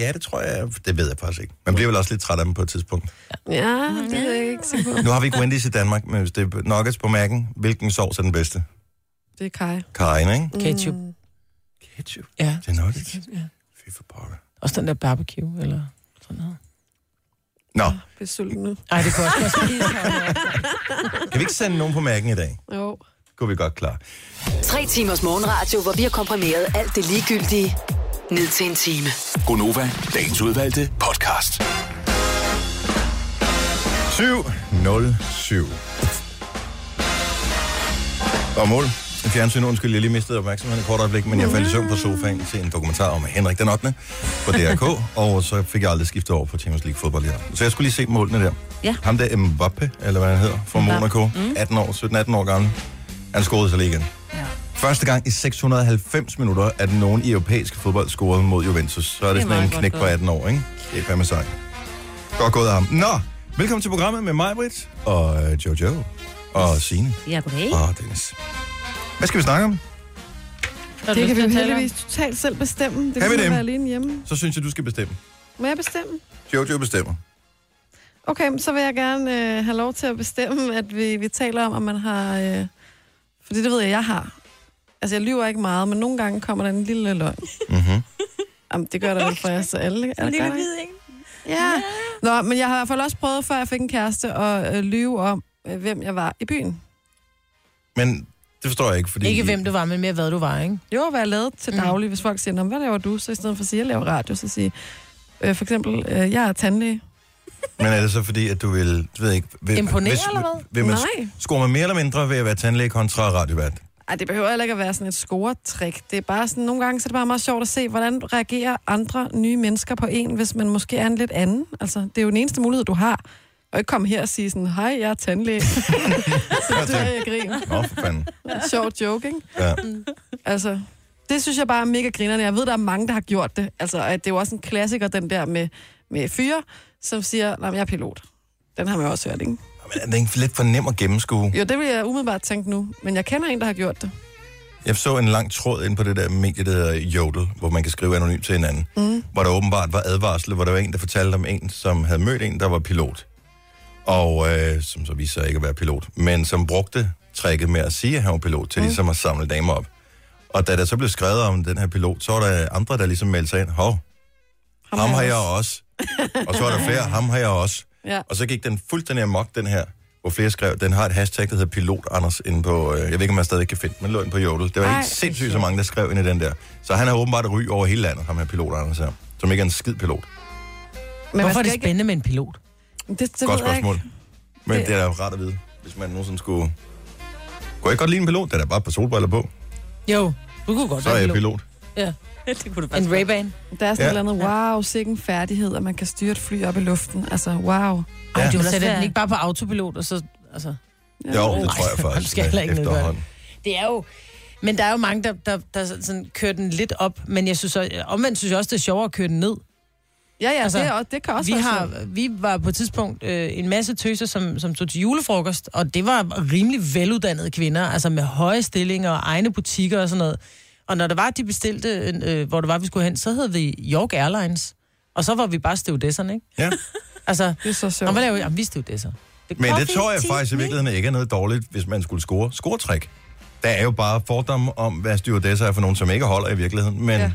Speaker 1: ja, det tror jeg. Det ved jeg faktisk ikke. Man bliver vel også lidt træt af dem på et tidspunkt.
Speaker 2: Ja,
Speaker 3: Mhm.
Speaker 2: det er jeg ikke sikker på.
Speaker 1: Nu har vi ikke Wendy's i Danmark, men hvis det er nuggets på mærken, hvilken sovs er den bedste?
Speaker 2: Det er Kai.
Speaker 1: Kajen, ikke?
Speaker 3: Ketchup.
Speaker 2: Mm.
Speaker 1: Ketchup.
Speaker 3: Ja.
Speaker 1: Det er nuggets.
Speaker 3: ja.
Speaker 1: Fy for pokker.
Speaker 3: Også den der barbecue, eller sådan noget.
Speaker 1: Nå,
Speaker 2: Jeg er sulten nu.
Speaker 3: Ej, det er godt. Jeg skal lige tage
Speaker 1: kan vi ikke sende nogen på mærken i dag?
Speaker 2: Jo.
Speaker 1: Kunne vi godt klare.
Speaker 5: Tre timers morgenradio, hvor vi har komprimeret alt det ligegyldige ned til en time.
Speaker 7: Gonova, dagens udvalgte podcast.
Speaker 1: 707. Og mål. En fjernsyn, undskyld, jeg lige mistede opmærksomheden et kort øjeblik, men jeg faldt i søvn på sofaen til en dokumentar om Henrik den 8. på DRK, og så fik jeg aldrig skiftet over på Champions League fodbold her. Så jeg skulle lige se målene der.
Speaker 4: Ja.
Speaker 1: Ham der Mbappe, eller hvad han hedder, fra Monaco, 18 år, 17-18 år gammel, han scorede så lige igen. Første gang i 690 minutter, at nogen i europæisk fodbold scorede mod Juventus. Så er det, det er sådan en
Speaker 4: meget
Speaker 1: knæk
Speaker 4: godt
Speaker 1: på 18 år, ikke? Det er fandme sejt. Godt gået af ham. Nå, velkommen til programmet med mig, Britt, og øh, Jojo, og Signe,
Speaker 4: Ja, goddag.
Speaker 1: og Dennis. Hvad skal vi snakke om?
Speaker 2: Det kan vi jo heldigvis totalt selv bestemme. Det
Speaker 1: Kan
Speaker 2: kan
Speaker 1: vi
Speaker 2: vi
Speaker 1: det?
Speaker 2: være alene hjemme.
Speaker 1: Så synes jeg, du skal bestemme.
Speaker 2: Må jeg bestemme?
Speaker 1: Jojo bestemmer.
Speaker 2: Okay, men så vil jeg gerne øh, have lov til at bestemme, at vi, vi taler om, at man har... Øh, fordi det ved jeg, jeg har. Altså, jeg lyver ikke meget, men nogle gange kommer der en lille løgn.
Speaker 1: Mm-hmm.
Speaker 2: Jamen, det gør der vel for jer, så alle, alle gør det.
Speaker 4: ikke?
Speaker 2: Ja. Nå, men jeg har i hvert fald også prøvet, før jeg fik en kæreste, at øh, lyve om, øh, hvem jeg var i byen.
Speaker 1: Men det forstår jeg ikke, fordi...
Speaker 3: Ikke hvem du var, men mere hvad du var, ikke? Mm.
Speaker 2: Jo, hvad jeg lavede til daglig, hvis folk siger, "Nå, men hvad laver du? Så i stedet for at sige, at jeg laver radio, så sige, øh, for eksempel, øh, jeg er tandlæge.
Speaker 1: Men er det så fordi, at du vil... Jeg ved ikke, vil,
Speaker 3: Imponere, eller hvad?
Speaker 1: Vil man,
Speaker 2: Nej.
Speaker 1: Skor man mere eller mindre ved at være tandlæge kontra radiovært?
Speaker 2: Ej, det behøver heller ikke at være sådan et scoretrik. Det er bare sådan, nogle gange så er det bare meget sjovt at se, hvordan reagerer andre nye mennesker på en, hvis man måske er en lidt anden. Altså, det er jo den eneste mulighed, du har. Og ikke komme her og sige sådan, hej, jeg er tandlæge. så dør jeg af grin.
Speaker 1: Nå, for fanden.
Speaker 2: Sjov joke, ikke?
Speaker 1: Ja.
Speaker 2: Altså, det synes jeg bare er mega grinerende. Jeg ved, der er mange, der har gjort det. Altså, at det er jo også en klassiker, den der med, med fyre, som siger, nej, jeg er pilot. Den har man jo også hørt, ikke?
Speaker 1: Men er det ikke lidt for nem at gennemskue?
Speaker 2: Jo, det vil jeg umiddelbart tænke nu. Men jeg kender en, der har gjort det.
Speaker 1: Jeg så en lang tråd ind på det der medie, der hedder Jodel, hvor man kan skrive anonymt til hinanden. Mm. Hvor der åbenbart var advarsler, hvor der var en, der fortalte om en, som havde mødt en, der var pilot. Og øh, som så viste sig ikke at være pilot, men som brugte tricket med at sige, at han var pilot, til mm. ligesom at samle damer op. Og da der så blev skrevet om den her pilot, så var der andre, der ligesom meldte sig ind. Hov, ham, ham har jeg også. og så var der flere, ham har jeg også.
Speaker 2: Ja.
Speaker 1: Og så gik den fuldstændig amok, den her, hvor flere skrev, den har et hashtag, der hedder Pilot Anders, inde på, øh, jeg ved ikke, om man stadig kan finde den, men den lå inde på Jodel. Det var
Speaker 2: Ej,
Speaker 1: helt
Speaker 2: hvor
Speaker 1: sindssygt, så mange, der skrev ind i den der. Så han har åbenbart et ry over hele landet, ham her Pilot Anders her, som ikke er en skid pilot.
Speaker 2: Men
Speaker 3: Hvorfor
Speaker 2: man
Speaker 3: er det
Speaker 2: skal ikke-
Speaker 3: spændende med en pilot?
Speaker 2: Det, det
Speaker 1: Godt
Speaker 2: ved jeg
Speaker 1: spørgsmål.
Speaker 2: Ikke.
Speaker 1: Men
Speaker 2: Det-
Speaker 1: det er da rart at vide, hvis man nogensinde skulle... Kunne jeg ikke godt lide en pilot? Det er da bare et par solbriller på.
Speaker 3: Jo, du kunne godt
Speaker 1: Så er
Speaker 3: være
Speaker 1: jeg
Speaker 3: pilot.
Speaker 1: pilot.
Speaker 3: Ja.
Speaker 4: det kunne du
Speaker 3: En
Speaker 4: faktisk godt.
Speaker 3: Ray-Ban.
Speaker 2: Der er sådan
Speaker 1: Ja.
Speaker 2: ja. et eller andet, wow, sikke en færdighed, at man kan styre et fly op i luften. Altså, wow.
Speaker 3: Ej,
Speaker 1: Ja.
Speaker 3: du
Speaker 4: Ellers
Speaker 3: sætter
Speaker 4: hvad?
Speaker 3: den ikke bare på autopilot, og så... Altså,
Speaker 1: Jo, det tror jeg
Speaker 3: nej,
Speaker 1: faktisk.
Speaker 3: skal heller ikke nedgøre det.
Speaker 1: efterhånden.
Speaker 3: det er jo... Men der er jo mange, der, der, der sådan, kører den lidt op, men jeg synes også, omvendt synes jeg også, det er sjovere at køre den ned.
Speaker 2: Ja, ja,
Speaker 3: Altså,
Speaker 2: altså, det, er, også- det kan også
Speaker 3: vi,
Speaker 2: være sjovt.
Speaker 3: har, vi var på et tidspunkt øh, en masse tøser, som, som tog til julefrokost, og det var rimelig veluddannede kvinder, altså med høje stillinger og egne butikker og sådan noget. Og når der var, de bestilte, øh, hvor det var, vi skulle hen, så hed vi York Airlines. Og så var vi bare stewardesserne, ikke?
Speaker 1: Ja.
Speaker 3: Altså,
Speaker 2: Det er så sjovt.
Speaker 3: nå, hvad laver I? Jamen, vi er stewardesser.
Speaker 1: Men det
Speaker 3: Coffee,
Speaker 1: tror jeg
Speaker 3: tea,
Speaker 1: faktisk i
Speaker 3: milk.
Speaker 1: virkeligheden ikke er noget dårligt, hvis man skulle score. Scoretræk. Der er jo bare fordomme om, hvad stewardesser er for nogen, som ikke holder i virkeligheden. Men ja.
Speaker 2: Ja.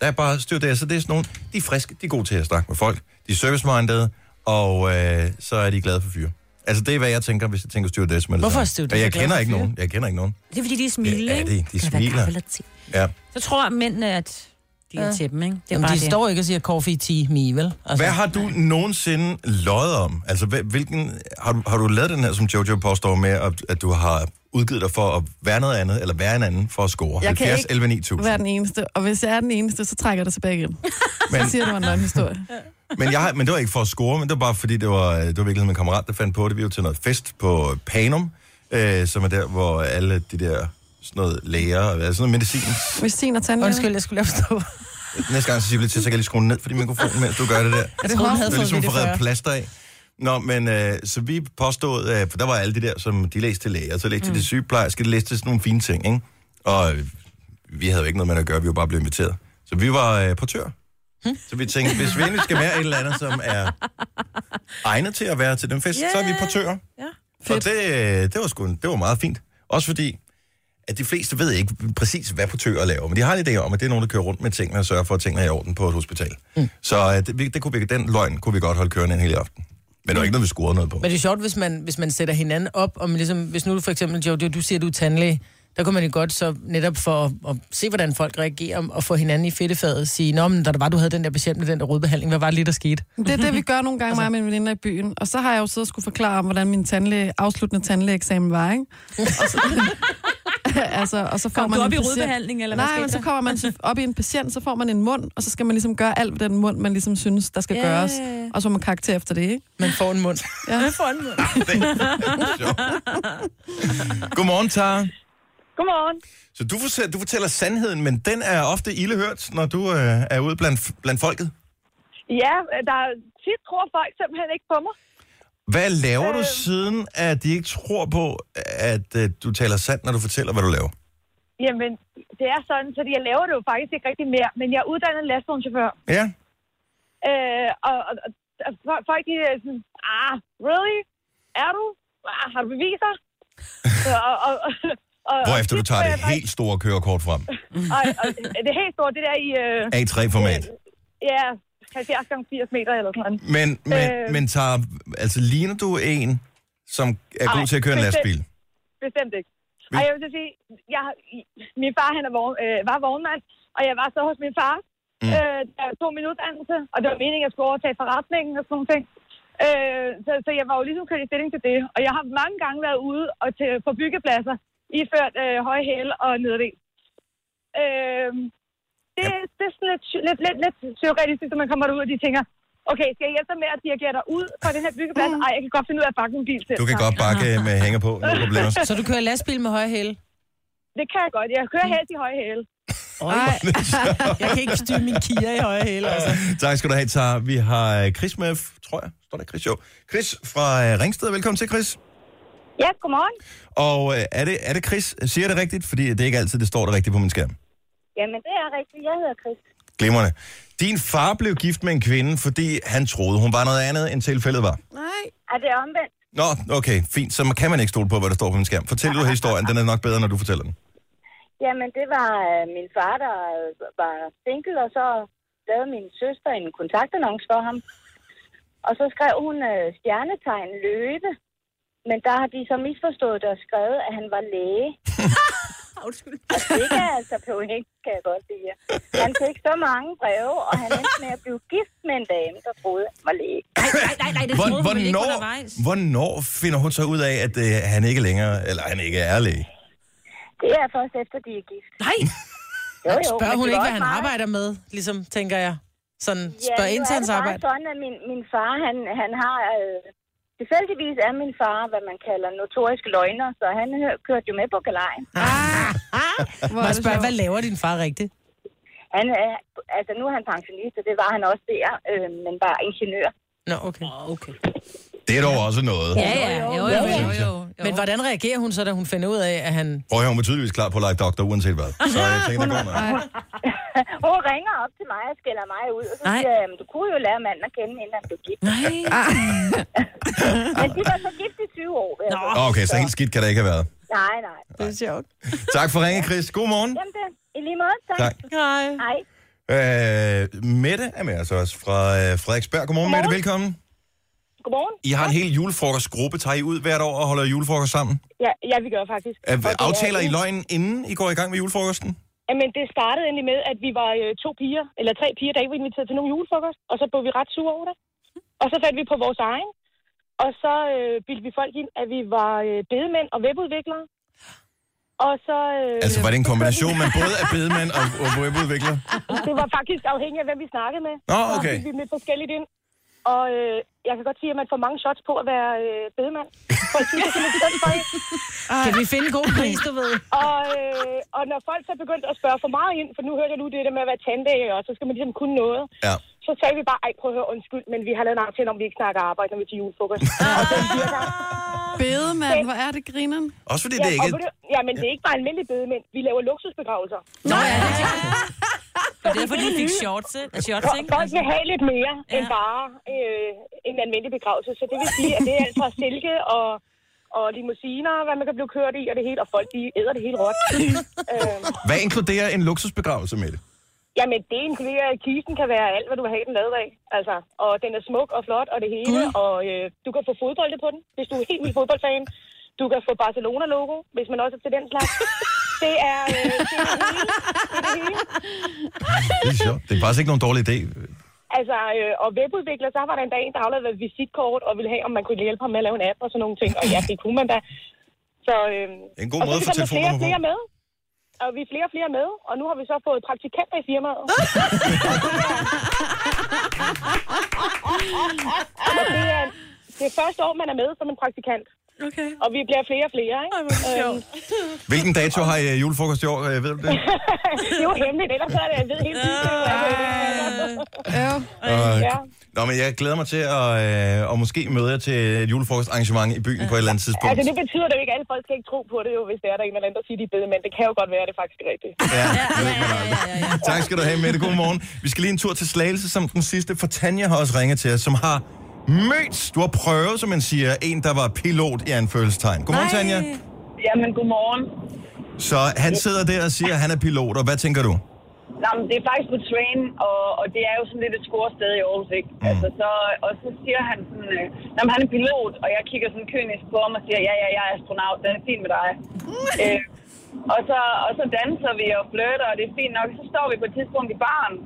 Speaker 1: der er bare stewardesser, det er sådan nogle, de er friske, de er gode til at snakke med folk, de er service-minded, og øh, så er de glade for fyre. Altså det er, hvad jeg tænker, hvis jeg tænker stewardesser med det
Speaker 3: Hvorfor
Speaker 1: samme.
Speaker 3: er stewardesser
Speaker 1: Og jeg
Speaker 3: glade
Speaker 1: kender
Speaker 3: for
Speaker 1: ikke
Speaker 3: fyre?
Speaker 1: nogen. Jeg kender ikke nogen.
Speaker 4: Det er fordi, de er smilende,
Speaker 1: Ja,
Speaker 4: ikke?
Speaker 1: det er de. De
Speaker 4: Kan der være
Speaker 1: smiler.
Speaker 4: kaffe eller te?
Speaker 1: Ja.
Speaker 4: Så tror mændene, at de er til dem, ikke? Det er
Speaker 3: Jamen,
Speaker 4: bare
Speaker 3: de
Speaker 4: det.
Speaker 3: står ikke og siger coffee, tea, me, vel? Altså,
Speaker 1: Hvad har du nogensinde løjet om? Altså, hvad- hvilken, har, du, har du lavet den her, som Jojo påstår med, at, at du har udgivet dig for at være noget andet, eller være en anden for at score?
Speaker 2: Jeg kan ikke
Speaker 1: 11, 9000.
Speaker 2: være den eneste. Og hvis jeg er den eneste, så trækker jeg det tilbage igen. Men...
Speaker 1: Men-
Speaker 2: Så siger du en løgnhistorie.
Speaker 1: Men, jeg, har- men det var ikke for at score, men det var bare fordi, det var, øh, det var virkelig øh, min kammerat, der fandt på det. Vi var til noget fest på Panum, øh, som er der, hvor alle de der sådan noget læger og hvad, sådan noget medicin.
Speaker 2: Medicin og tandlæge.
Speaker 3: Undskyld, jeg skulle lige forstå.
Speaker 1: Næste gang, så siger vi lige til, så kan jeg lige skrue ned for din mikrofon, mens du gør det der.
Speaker 3: Jeg troede, den havde
Speaker 1: Det er
Speaker 3: fået
Speaker 1: ligesom
Speaker 3: vidt i
Speaker 1: for
Speaker 3: fyrre.
Speaker 1: reddet plaster af. Nå, men øh, så vi påstod, øh, for der var alle de der, som de læste til læger, så læste mm. de til sygeplejerske, de læste til sådan nogle fine ting, ikke? Og øh, vi havde jo ikke noget med det at gøre, vi var bare blevet inviteret. Så vi var øh, portør.
Speaker 3: Hm?
Speaker 1: Hmm? Så vi tænkte, hvis vi endelig skal være et eller andet, som er egnet til at være til den fest, yeah. så er vi portører.
Speaker 8: Ja.
Speaker 1: Og det, øh, det var sgu, en- det var meget fint. Også fordi, at de fleste ved ikke præcis, hvad portører laver, men de har en idé om, at det er nogen, der kører rundt med tingene og sørger for, at tingene er i orden på et hospital. Mm. Så øh, det, vi- det kunne vi, den løgn kunne vi godt holde kørende en hel aften. Men det var ikke noget, vi scorede noget på.
Speaker 3: Men det er sjovt, hvis man, hvis man sætter hinanden op, og man ligesom, hvis nu du for eksempel, Joe, du, du siger, du er tandlæge, der kunne man jo godt så netop for at, at se, hvordan folk reagerer, og få hinanden i fedtefadet, sige, nå, men da det var, du havde den der patient med den der rodbehandling, hvad var det lige, der skete?
Speaker 2: Det er det, vi gør nogle gange,
Speaker 4: Altså-
Speaker 2: mig og mine veninder i byen. Og så har jeg jo siddet og skulle forklare om, hvordan min tandlæge, afsluttende tandlægeeksamen var, ikke? Og så, altså, og så får
Speaker 8: Kom
Speaker 2: man
Speaker 8: du
Speaker 2: en
Speaker 8: op i
Speaker 2: patient-
Speaker 8: rodbehandling, eller hvad
Speaker 2: Nej,
Speaker 8: skete
Speaker 2: men så
Speaker 8: der?
Speaker 2: kommer man så op i en patient, så får man en mund, og så skal man ligesom gøre alt ved den mund, man ligesom synes, der skal
Speaker 8: Ja,
Speaker 2: gøres.
Speaker 8: ja, ja.
Speaker 2: Og så må man karakter efter det, ikke?
Speaker 3: Man får en mund.
Speaker 2: Ja.
Speaker 1: Sjovt. Godmorgen, Tara.
Speaker 6: Godmorgen.
Speaker 1: Så du fortæller, du fortæller sandheden, men den er ofte ildehørt, når du øh, er ude blandt, blandt folket.
Speaker 6: Ja, der er- tit tror folk simpelthen ikke på mig.
Speaker 1: Hvad laver øh... du siden, at de ikke tror på, at øh, du taler sandt, når du fortæller, hvad du laver?
Speaker 6: Jamen, det er sådan, så jeg laver det jo faktisk ikke rigtig mere, men jeg er uddannet lastvognschauffør.
Speaker 1: Ja.
Speaker 6: Øh, og, og, og, og fo- folk de er sådan, ah, really? Er du? Ah, har du beviser? Så, og, og, og, og,
Speaker 1: Hvorefter du
Speaker 6: tit
Speaker 1: tager
Speaker 6: får
Speaker 1: det
Speaker 6: jeg faktisk-
Speaker 1: helt store kørekort frem.
Speaker 6: Og, og, det er helt stort, det der i, øh,
Speaker 1: A3-format.
Speaker 6: ja, 70 gange 80 meter eller sådan noget.
Speaker 1: Men, men, øh...
Speaker 6: Øh.
Speaker 1: men tager, altså, ligner du en, som er god
Speaker 6: Ej,
Speaker 1: til at køre en
Speaker 6: bestemt.
Speaker 1: lastbil?
Speaker 6: Bestemt ikke.
Speaker 1: Hvil-
Speaker 6: Og jeg vil så sige, jeg, min far han er vogn, øh, var vognmand, og jeg var så hos min far, mm. øh, der tog min uddannelse, og det var meningen, at jeg skulle overtage forretningen og sådan nogle ting. Øh, så, så jeg var jo ligesom kørt i stilling til det, og jeg har mange gange været ude og til, på byggepladser, iført øh, høje hæle og nederdel. Øh, det, det er sådan lidt, sy- lidt, lidt, lidt teoretisk, når man kommer derud, og de tænker, okay, skal jeg hjælpe dig med at dirigere dig ud fra den her byggeplads? Ej, jeg kan godt finde ud af at bakke en bil til.
Speaker 1: Mm. Du kan godt bakke med hænger på, no problemer.
Speaker 3: Så du kører lastbil med høje hæle? Mm.
Speaker 6: Det kan jeg godt. Jeg kører helst i høje hæle.
Speaker 3: Nej. Jeg kan ikke styre min Kia i høje hæle, altså.
Speaker 1: tak skal du have, Tar. Vi har øh, Chris med, f- tror jeg. Står der Chris? Jo. Chris fra øh, Ringsted. Velkommen til, Chris.
Speaker 6: Ja, godmorgen.
Speaker 1: Og øh, er, det, er det Chris? Siger jeg det rigtigt? Fordi det er ikke altid, det står det rigtigt på min skærm.
Speaker 6: Jamen, det er rigtigt. Jeg hedder Chris.
Speaker 1: Glimrende. Din far blev gift med en kvinde, fordi han troede, hun var noget andet, end tilfældet var.
Speaker 2: Nej.
Speaker 6: Er det omvendt?
Speaker 1: Nå, okay, fint. Så kan man ikke stole på, hvad der står på min skærm. Fortæl du historien. Den er nok bedre, når du fortæller den.
Speaker 6: Jamen, det var øh, min far, der øh, var single, og så lavede min søster en kontaktannonce for ham. Og så skrev hun øh, stjernetegn løve. Men der har de så misforstået det og skrevet, at han var læge. Undskyld. Det er altså på hende, kan jeg godt sige. Han fik så mange breve, og han endte med at blive gift med en dame, der troede, han var læge.
Speaker 8: Nej, nej, nej, nej, det
Speaker 1: Hvor,
Speaker 8: troede hun ikke undervejs.
Speaker 1: hvornår, hvornår finder hun så ud af, at øh, han ikke længere, eller han ikke er læge?
Speaker 6: Det er først efter, de er gift.
Speaker 3: Nej,
Speaker 6: Jo, jo,
Speaker 3: spørger
Speaker 6: men
Speaker 3: hun
Speaker 6: det
Speaker 3: ikke,
Speaker 6: var
Speaker 3: hvad han
Speaker 6: også meget-
Speaker 3: arbejder med, ligesom, tænker jeg. Sådan,
Speaker 6: Ja,
Speaker 3: spørg
Speaker 6: nu
Speaker 3: ind
Speaker 6: er
Speaker 3: til hans
Speaker 6: det bare
Speaker 3: arbejde.
Speaker 6: sådan, at min, min far, han, han har... Øh, tilfældigvis er min far, hvad man kalder notorisk løgner, så han hø- kørte jo med på galejen.
Speaker 2: Hvor
Speaker 3: Må
Speaker 2: er
Speaker 3: jeg
Speaker 2: det
Speaker 3: spørge,
Speaker 2: sjovt.
Speaker 3: hvad laver din far rigtigt?
Speaker 6: Han er, altså nu er han pensionist, og det var han også der, øh, men var ingeniør.
Speaker 3: Nå, okay.
Speaker 2: Ah,
Speaker 8: Okay.
Speaker 1: Det er dog også noget.
Speaker 8: Ja, ja, jo, jo, jo, jo, jo.
Speaker 3: Men hvordan reagerer hun så, da hun finder ud af, at han...
Speaker 1: Prøv at høre, hun var tydeligvis klar på at lege doktor, uanset hvad. Så jeg tænker, det går nok.
Speaker 6: Hun ringer op til mig og skælder mig ud, og så
Speaker 8: Nej.
Speaker 6: siger jeg, "Jamen, du kunne jo lære manden at kende, inden han blev gift.
Speaker 8: Nej.
Speaker 6: Men de var så gift i 20 år. Nå.
Speaker 1: Åh, Okay, så helt skidt kan det ikke have været.
Speaker 6: Nej, nej.
Speaker 3: Det er sjovt.
Speaker 1: Tak for ringen, Chris. God morgen.
Speaker 6: Jamen det, i lige måde, tak.
Speaker 1: Tak.
Speaker 3: Nej.
Speaker 6: Hej.
Speaker 1: Øh, Mette er med os også fra øh, Frederiksberg. Godmorgen, Mette. Velkommen.
Speaker 6: Godmorgen.
Speaker 1: I har en hel julefrokostgruppe. Tager I ud hvert år og holder julefrokost sammen?
Speaker 6: Ja, ja vi gør faktisk.
Speaker 1: Er, aftaler I løgn, inden I går i gang med julefrokosten?
Speaker 6: Jamen, det startede egentlig med, at vi var øh, to piger, eller tre piger, der ikke var inviteret til nogen julefrokost, og så blev vi ret sure over det. Og så fandt vi på vores egen, og så øh, bildte vi folk ind, at vi var øh, bedemænd og webudviklere. Og så... Øh,
Speaker 1: Altså, var det en kombination, men både af bedemand og, og webudvikler?
Speaker 6: Det var faktisk afhængigt af, hvem vi snakkede med.
Speaker 1: Nå,
Speaker 6: Så
Speaker 1: okay.
Speaker 6: bildte vi dem lidt forskelligt ind.
Speaker 9: Og øh, jeg kan godt sige, at man får mange shots på at være øh, bedemand. Folk synes, det er simpelthen synd for en.
Speaker 3: Kan vi finde en god pris, du ved?
Speaker 9: Og, øh, og når folk så begyndte at spørge for meget ind, for nu hørte jeg nu det der med at være tandlæge, og så skal man ligesom kunne noget.
Speaker 1: Ja.
Speaker 9: Så sagde vi bare, ej prøv at høre, undskyld, men vi har lavet en aftale om, at vi ikke snakker arbejde, når vi er til julefrokost. og den virker.
Speaker 3: Ah.
Speaker 2: Bedemand, hvor er det grineren?
Speaker 1: Også fordi
Speaker 9: Ja,
Speaker 1: det er
Speaker 9: og
Speaker 1: ikke...
Speaker 9: ved du, ja, men det er ikke bare almindelige bedemænd. Vi laver luksusbegravelser.
Speaker 4: Nå ja, det er klart. Det er derfor, de fik shorts, ikke? Altså, Shorts,
Speaker 9: Folk-
Speaker 4: ikke?
Speaker 9: Folk vil have lidt mere ja. end
Speaker 4: Ja.
Speaker 9: bare øh, en almindelig begravelse. Så det vil sige, at det er alt fra silke og, og limousiner, hvad man kan blive kørt i, og det hele, og folk de æder det hele råt. øhm,
Speaker 1: Hvad inkluderer en luksusbegravelse med det?
Speaker 9: jamen, det inkluderer, at kisten kan være alt, hvad du vil have den lavet af. Altså, og den er smuk og flot og det hele, mm. og øh, du kan få fodbolde på den, hvis du er helt vild fodboldfan. Du kan få Barcelona-logo, hvis man også er til den slags. Det er, øh, det er det hele. Det er det hele.
Speaker 1: Det er sjovt. Det er faktisk ikke nogen dårlig idé.
Speaker 9: Altså, øh, og webudvikler, så var der en dag, en, der afleverede et visitkort og ville have, om man kunne hjælpe ham med at lave en app og sådan nogle ting. Og ja, det kunne man da. Så, øh,
Speaker 1: En god måde
Speaker 9: og
Speaker 1: at
Speaker 9: så
Speaker 1: få
Speaker 9: er der flere
Speaker 1: telefonnummer
Speaker 9: og
Speaker 1: på.
Speaker 9: flere med. Og vi er flere og flere med, og nu har vi så fået praktikanter i firmaet. og det er, det er første år, man er med som en praktikant.
Speaker 2: Okay.
Speaker 9: Og vi bliver flere og flere, ikke? Øhm,
Speaker 1: Hvilken dato har I øh, julefrokost i år? Øh, Ved du det?
Speaker 9: det er jo hemmeligt, ellers så er det, jeg ved helt vildt.
Speaker 2: Ja.
Speaker 1: Og,
Speaker 9: Ja.
Speaker 1: Nå, men jeg glæder mig til at, øh, og måske møde jer til et julefrokostarrangement i byen på et eller andet tidspunkt.
Speaker 9: Altså, det betyder det jo ikke, at alle folk skal ikke tro på det, jo, hvis det er der er en eller anden, der siger, de er bedre, men det kan jo godt være, at det faktisk er rigtigt.
Speaker 1: Ja, det ved man aldrig. Tak skal du have, Mette. God morgen. Vi skal lige en tur til Slagelse som den sidste, for Tanja har også ringet til os, som har mødt, du har prøvet, som man siger, en, der var pilot i anførselstegn. Godmorgen,
Speaker 2: Nej.
Speaker 1: Tanja.
Speaker 9: Jamen, godmorgen.
Speaker 1: Så han sidder der og siger, at han er pilot, og hvad tænker du?
Speaker 9: Nå, men det er faktisk på train, og, og det er jo sådan lidt et skort sted i Aarhus, ikke? Mm. Altså, så, og så siger han sådan, øh, jamen, han er pilot, og jeg kigger sådan kynisk på ham og siger, ja, ja, jeg er astronaut, den er fint med dig. øh, og, så, og så danser vi og flirter, og det er fint nok. Så står vi på et tidspunkt i baren,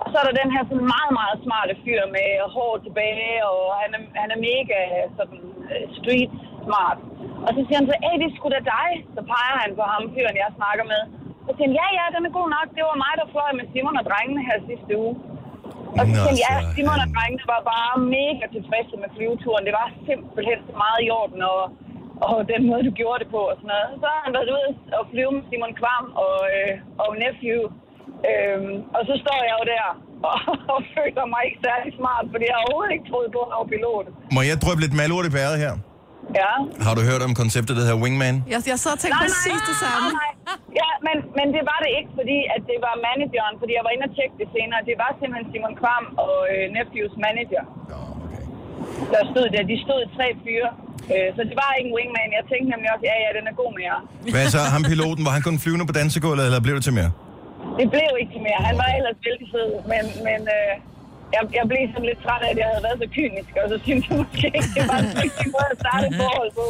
Speaker 9: og så er der den her sådan meget, meget smarte fyr med hår tilbage, og han er, han er mega sådan øh, street smart. Og så siger han så, hey, det er sgu da dig. Så peger han på ham, fyren jeg snakker med. Så siger han, ja, ja, den er god nok. Det var mig, der fløj med Simon og drengene her sidste uge. Og så
Speaker 1: Nå,
Speaker 9: tænkte jeg,
Speaker 1: så
Speaker 9: at Simon og
Speaker 1: han-
Speaker 9: drengene var bare mega tilfredse med flyveturen. Det var simpelthen så meget i orden, og, og den måde, du gjorde det på og sådan noget. Så har han været ude og flyve med Simon Kvam og, øh, og Nephew. Øhm, og så står jeg jo der og, og føler mig ikke særlig smart, fordi jeg overhovedet ikke troede på, at jeg var pilot.
Speaker 1: Må jeg drøbe lidt malort i bæret her?
Speaker 9: Ja.
Speaker 1: Har du hørt om konceptet, der hedder wingman?
Speaker 2: Jeg, jeg sad og tænkte præcis det samme.
Speaker 9: Nej, nej. Ja, men, men det var det ikke, fordi at det var manageren, fordi jeg var inde og tjekke det senere. Det var simpelthen Simon Kvam og øh, Nephews manager,
Speaker 1: Nå, okay.
Speaker 9: der stod der. De stod tre fyre. Øh, så det var ikke en wingman. Jeg tænkte nemlig også, ja, ja, den er god med jer.
Speaker 1: Hvad så, ham piloten, var han kun flyvende på dansegulvet, eller blev det til mere?
Speaker 9: Det blev ikke til mere. Han var ellers vældig fed, men, men øh, jeg, jeg blev sådan lidt træt af, at jeg havde været så kynisk, og så syntes jeg måske ikke, det var en rigtig måde at starte et forhold på.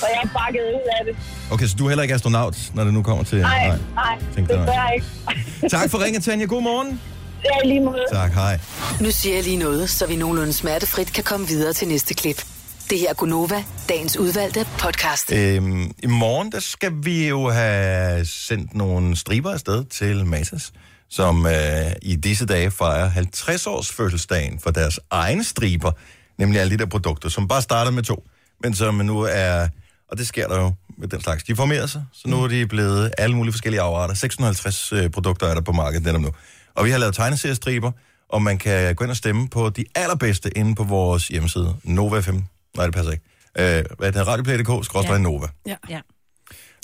Speaker 9: Så jeg bakkede ud af det.
Speaker 1: Okay, så du er heller ikke astronaut, når det nu kommer til...
Speaker 9: Nej, nej,
Speaker 1: Tænkte
Speaker 9: det
Speaker 1: jeg.
Speaker 9: gør jeg ikke.
Speaker 1: Tak for ringen, Tanja. God morgen.
Speaker 9: Det er i lige måde.
Speaker 1: Tak, hej.
Speaker 5: Nu siger jeg lige noget, så vi nogenlunde smertefrit kan komme videre til næste klip. Det her er Gunova, dagens udvalgte podcast.
Speaker 1: Øhm, I morgen, der skal vi jo have sendt nogle striber afsted til Matas, som øh, i disse dage fejrer 50-års fødselsdagen for deres egne striber, nemlig alle de der produkter, som bare startede med to, men som nu er, og det sker der jo med den slags, de formerer sig, så nu er de blevet alle mulige forskellige afarter. 650 øh, produkter er der på markedet netop nu. Og vi har lavet tegneseriestriber, og man kan gå ind og stemme på de allerbedste inde på vores hjemmeside, Nova 5. Nej, det passer ikke. Øh, hvad hedder radioplay.dk, skråstrej Nova.
Speaker 4: Ja.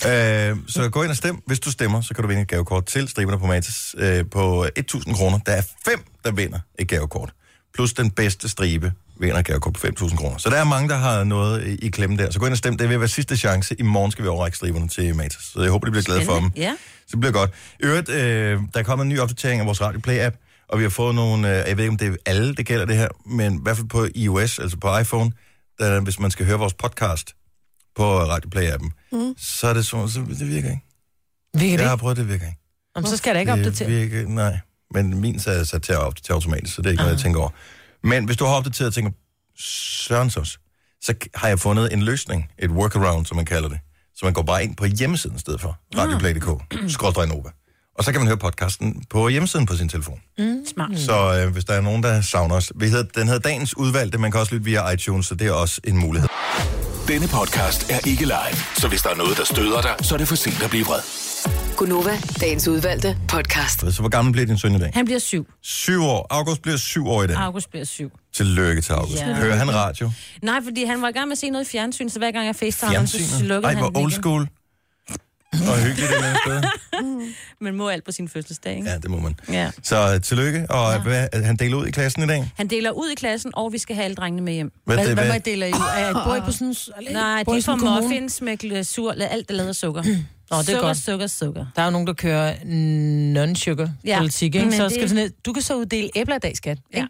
Speaker 1: Øh, så gå ind og stem. Hvis du stemmer, så kan du vinde et gavekort til Striberne på Matas øh, på 1.000 kroner. Der er fem, der vinder et gavekort. Plus den bedste stribe vinder et gavekort på 5.000 kroner. Så der er mange, der har noget i- i klemme der. Så gå ind og stem. Det vil være sidste chance. I morgen skal vi overrække striberne til Matas. Så jeg håber, de bliver glade for dem.
Speaker 4: Spændende, ja.
Speaker 1: Så det bliver godt. I øvrigt, øh, der er kommet en ny opdatering af vores Radio Play-app, og vi har fået nogle, øh, jeg ved ikke om det er alle, det gælder det her, men i hvert fald på iOS, altså på iPhone, der, hvis man skal høre vores podcast på Radio Play-appen, mm. så er det sådan, så det virker ikke.
Speaker 3: Virker det
Speaker 1: Jeg har
Speaker 3: ikke?
Speaker 1: prøvet, det virker ikke.
Speaker 3: Om, så skal jeg da ikke
Speaker 1: det
Speaker 3: opdatere.
Speaker 1: virker, nej. Men min så er sat til at opdatere automatisk, så det er ikke noget,
Speaker 3: Ah.
Speaker 1: jeg tænker over. Men hvis du har opdateret og tænker, Sørens også, så k- har jeg fundet en løsning, et
Speaker 3: Ah.
Speaker 1: workaround, som man kalder det. Så man går bare ind på hjemmesiden i stedet for, radioplay.dk, skrådrej Nova. Og så kan man høre podcasten på hjemmesiden på sin telefon.
Speaker 3: Mm.
Speaker 4: Mm. Smart.
Speaker 1: Så øh, hvis der er nogen, der savner os. Vi hedder, den hedder Dagens Udvalgte. Man kan også lytte via iTunes, så det er også en mulighed.
Speaker 7: Denne podcast er ikke live, så hvis der er noget, der støder dig, så er det for sent at blive vred.
Speaker 5: Gunova, dagens udvalgte podcast.
Speaker 1: Så hvor gammel bliver din søn i dag?
Speaker 4: Han bliver syv.
Speaker 1: Syv år. August bliver syv år i dag.
Speaker 4: August bliver syv.
Speaker 1: Tillykke til August.
Speaker 4: Ja.
Speaker 1: Hører han radio?
Speaker 4: Nej, fordi han var i gang med at se noget fjernsyn, så hver gang jeg facetager ham, så
Speaker 1: Fjernsynet?
Speaker 4: slukker
Speaker 1: Ej,
Speaker 4: han
Speaker 1: hvor
Speaker 4: den
Speaker 1: old
Speaker 4: igen.
Speaker 1: school. Og hyggeligt et eller andet sted.
Speaker 4: Man må alt på sin fødselsdag, ikke?
Speaker 1: Ja, det må man.
Speaker 4: Ja.
Speaker 1: Så øh, tillykke, og ja. hvad, han deler ud i klassen i dag.
Speaker 4: Han deler ud i klassen, og vi skal have alle drengene med hjem.
Speaker 1: Hvad,
Speaker 3: Hvad,
Speaker 1: det,
Speaker 3: hvad må
Speaker 1: hvad,
Speaker 3: jeg dele af? Er jeg bor I på sådan en...
Speaker 4: Nej,
Speaker 3: bor I
Speaker 4: de
Speaker 3: sådan
Speaker 4: får
Speaker 3: en kommune?
Speaker 4: muffins med glasur, la- alt er lavet af sukker. Nå,
Speaker 3: det er
Speaker 4: sukker,
Speaker 3: godt.
Speaker 4: sukker, sukker.
Speaker 3: Der er jo nogen, der kører non-sugar-politik,
Speaker 4: Ja,
Speaker 3: ja. ikke?
Speaker 4: men
Speaker 3: Så
Speaker 4: det-
Speaker 3: skal det... ned. Du kan så uddele æbler i dag, skat.
Speaker 4: Ja.
Speaker 3: Ja.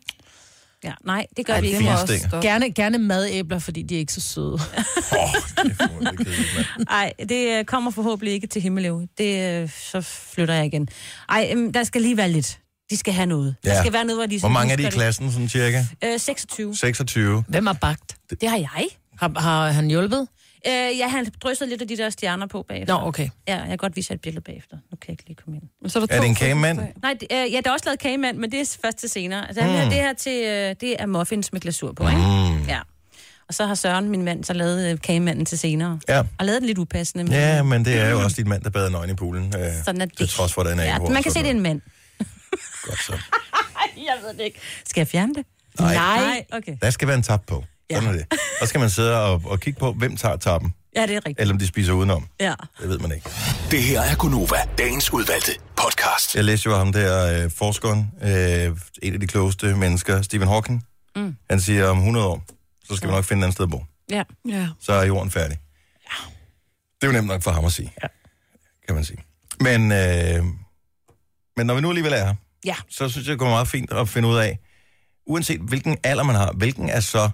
Speaker 4: Ja, nej, det gør Ej, vi
Speaker 1: det
Speaker 4: ikke.
Speaker 1: må
Speaker 4: med
Speaker 1: også
Speaker 4: os.
Speaker 1: Fint,
Speaker 3: Gerne, gerne madæbler, fordi de er ikke så søde.
Speaker 1: åh, kæft, hvor er det kedeligt, mand.
Speaker 4: Ej, det øh, kommer forhåbentlig ikke til Himmelev. Det, øh, så flytter jeg igen. Ej, øhm, der skal lige være lidt. De skal have noget. Ja.
Speaker 1: Ja.
Speaker 4: Der skal være noget, hvor de...
Speaker 1: Hvor
Speaker 4: sådan
Speaker 1: mange er de i
Speaker 4: husker
Speaker 1: klassen, sådan cirka?
Speaker 4: det. Øh, 26.
Speaker 1: 26.
Speaker 3: Hvem har bagt?
Speaker 4: Det har jeg.
Speaker 3: Har, har han hjulpet?
Speaker 4: Øh, ja, han dryssede lidt af de der stjerner på bagefter.
Speaker 3: Nå, okay.
Speaker 4: Ja, jeg kan godt vise jer et billede bagefter. Nu kan jeg ikke lige komme ind.
Speaker 2: Men Så er, der
Speaker 1: Er
Speaker 2: to
Speaker 1: det en kagemand?
Speaker 2: fødselsdage.
Speaker 4: Nej, det, øh, ja, der er også lavet kagemand, men det er først til senere. Altså, mm. det her til, øh, det er muffins med glasur på, ikke?
Speaker 1: Mm.
Speaker 4: Ja. Og så har Søren, min mand, så lavet øh, kagemanden til senere.
Speaker 1: Ja.
Speaker 4: Og lavet den lidt upassende. men-
Speaker 1: Ja, men det er jo også dit mand, der bader nøgen i poolen. Øh,
Speaker 4: Sådan er det.
Speaker 1: Til trods for, at han er
Speaker 4: ja,
Speaker 1: naboer
Speaker 4: man
Speaker 1: og
Speaker 4: kan se,
Speaker 1: sådan
Speaker 4: det er en mand.
Speaker 1: noget. Godt så.
Speaker 4: Jeg ved det ikke. Skal jeg fjerne det?
Speaker 1: Nej.
Speaker 4: Nej, okay.
Speaker 1: Der skal være en tab på. Sådan er det. Og så skal man sidde og, og kigge på, hvem tager tappen,
Speaker 4: Ja, det er rigtigt.
Speaker 1: eller om de spiser udenom.
Speaker 4: Ja.
Speaker 1: Det ved man ikke.
Speaker 7: Det her er Gunova, dagens udvalgte podcast.
Speaker 1: Jeg læste jo ham der, øh, forskeren, øh, en af de klogeste mennesker, Stephen Hawking. Mm. Han siger, om 100 år, så skal vi nok finde et andet sted at bo.
Speaker 4: Ja.
Speaker 2: Ja.
Speaker 1: Så er jorden færdig. Det er jo nemt nok for ham at sige, ja. kan man sige. Men, øh, men når vi nu alligevel er her,
Speaker 4: Ja.
Speaker 1: så synes jeg, det går meget fint at finde ud af, uanset hvilken alder man har, hvilken er så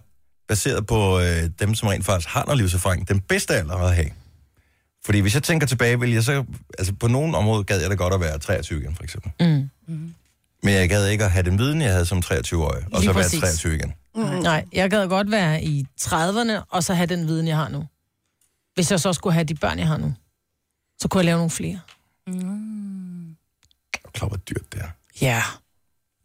Speaker 1: baseret på øh, dem, som rent faktisk har noget livserfaring, den bedste alder at have. Fordi hvis jeg tænker tilbage, vil jeg så... Altså på nogle områder gad jeg da godt at være 23 igen, for eksempel. Mm. Mm. Men jeg gad ikke at have den viden, jeg havde som 23-årig, og
Speaker 3: Lige
Speaker 1: så være
Speaker 3: præcis.
Speaker 1: 23 igen.
Speaker 3: Mm. Nej, jeg gad godt være i 30'erne, og så have den viden, jeg har nu. Hvis jeg så skulle have de børn, jeg har nu, så kunne jeg lave nogle flere.
Speaker 1: Jeg er klar, hvor dyrt det er.
Speaker 3: Ja.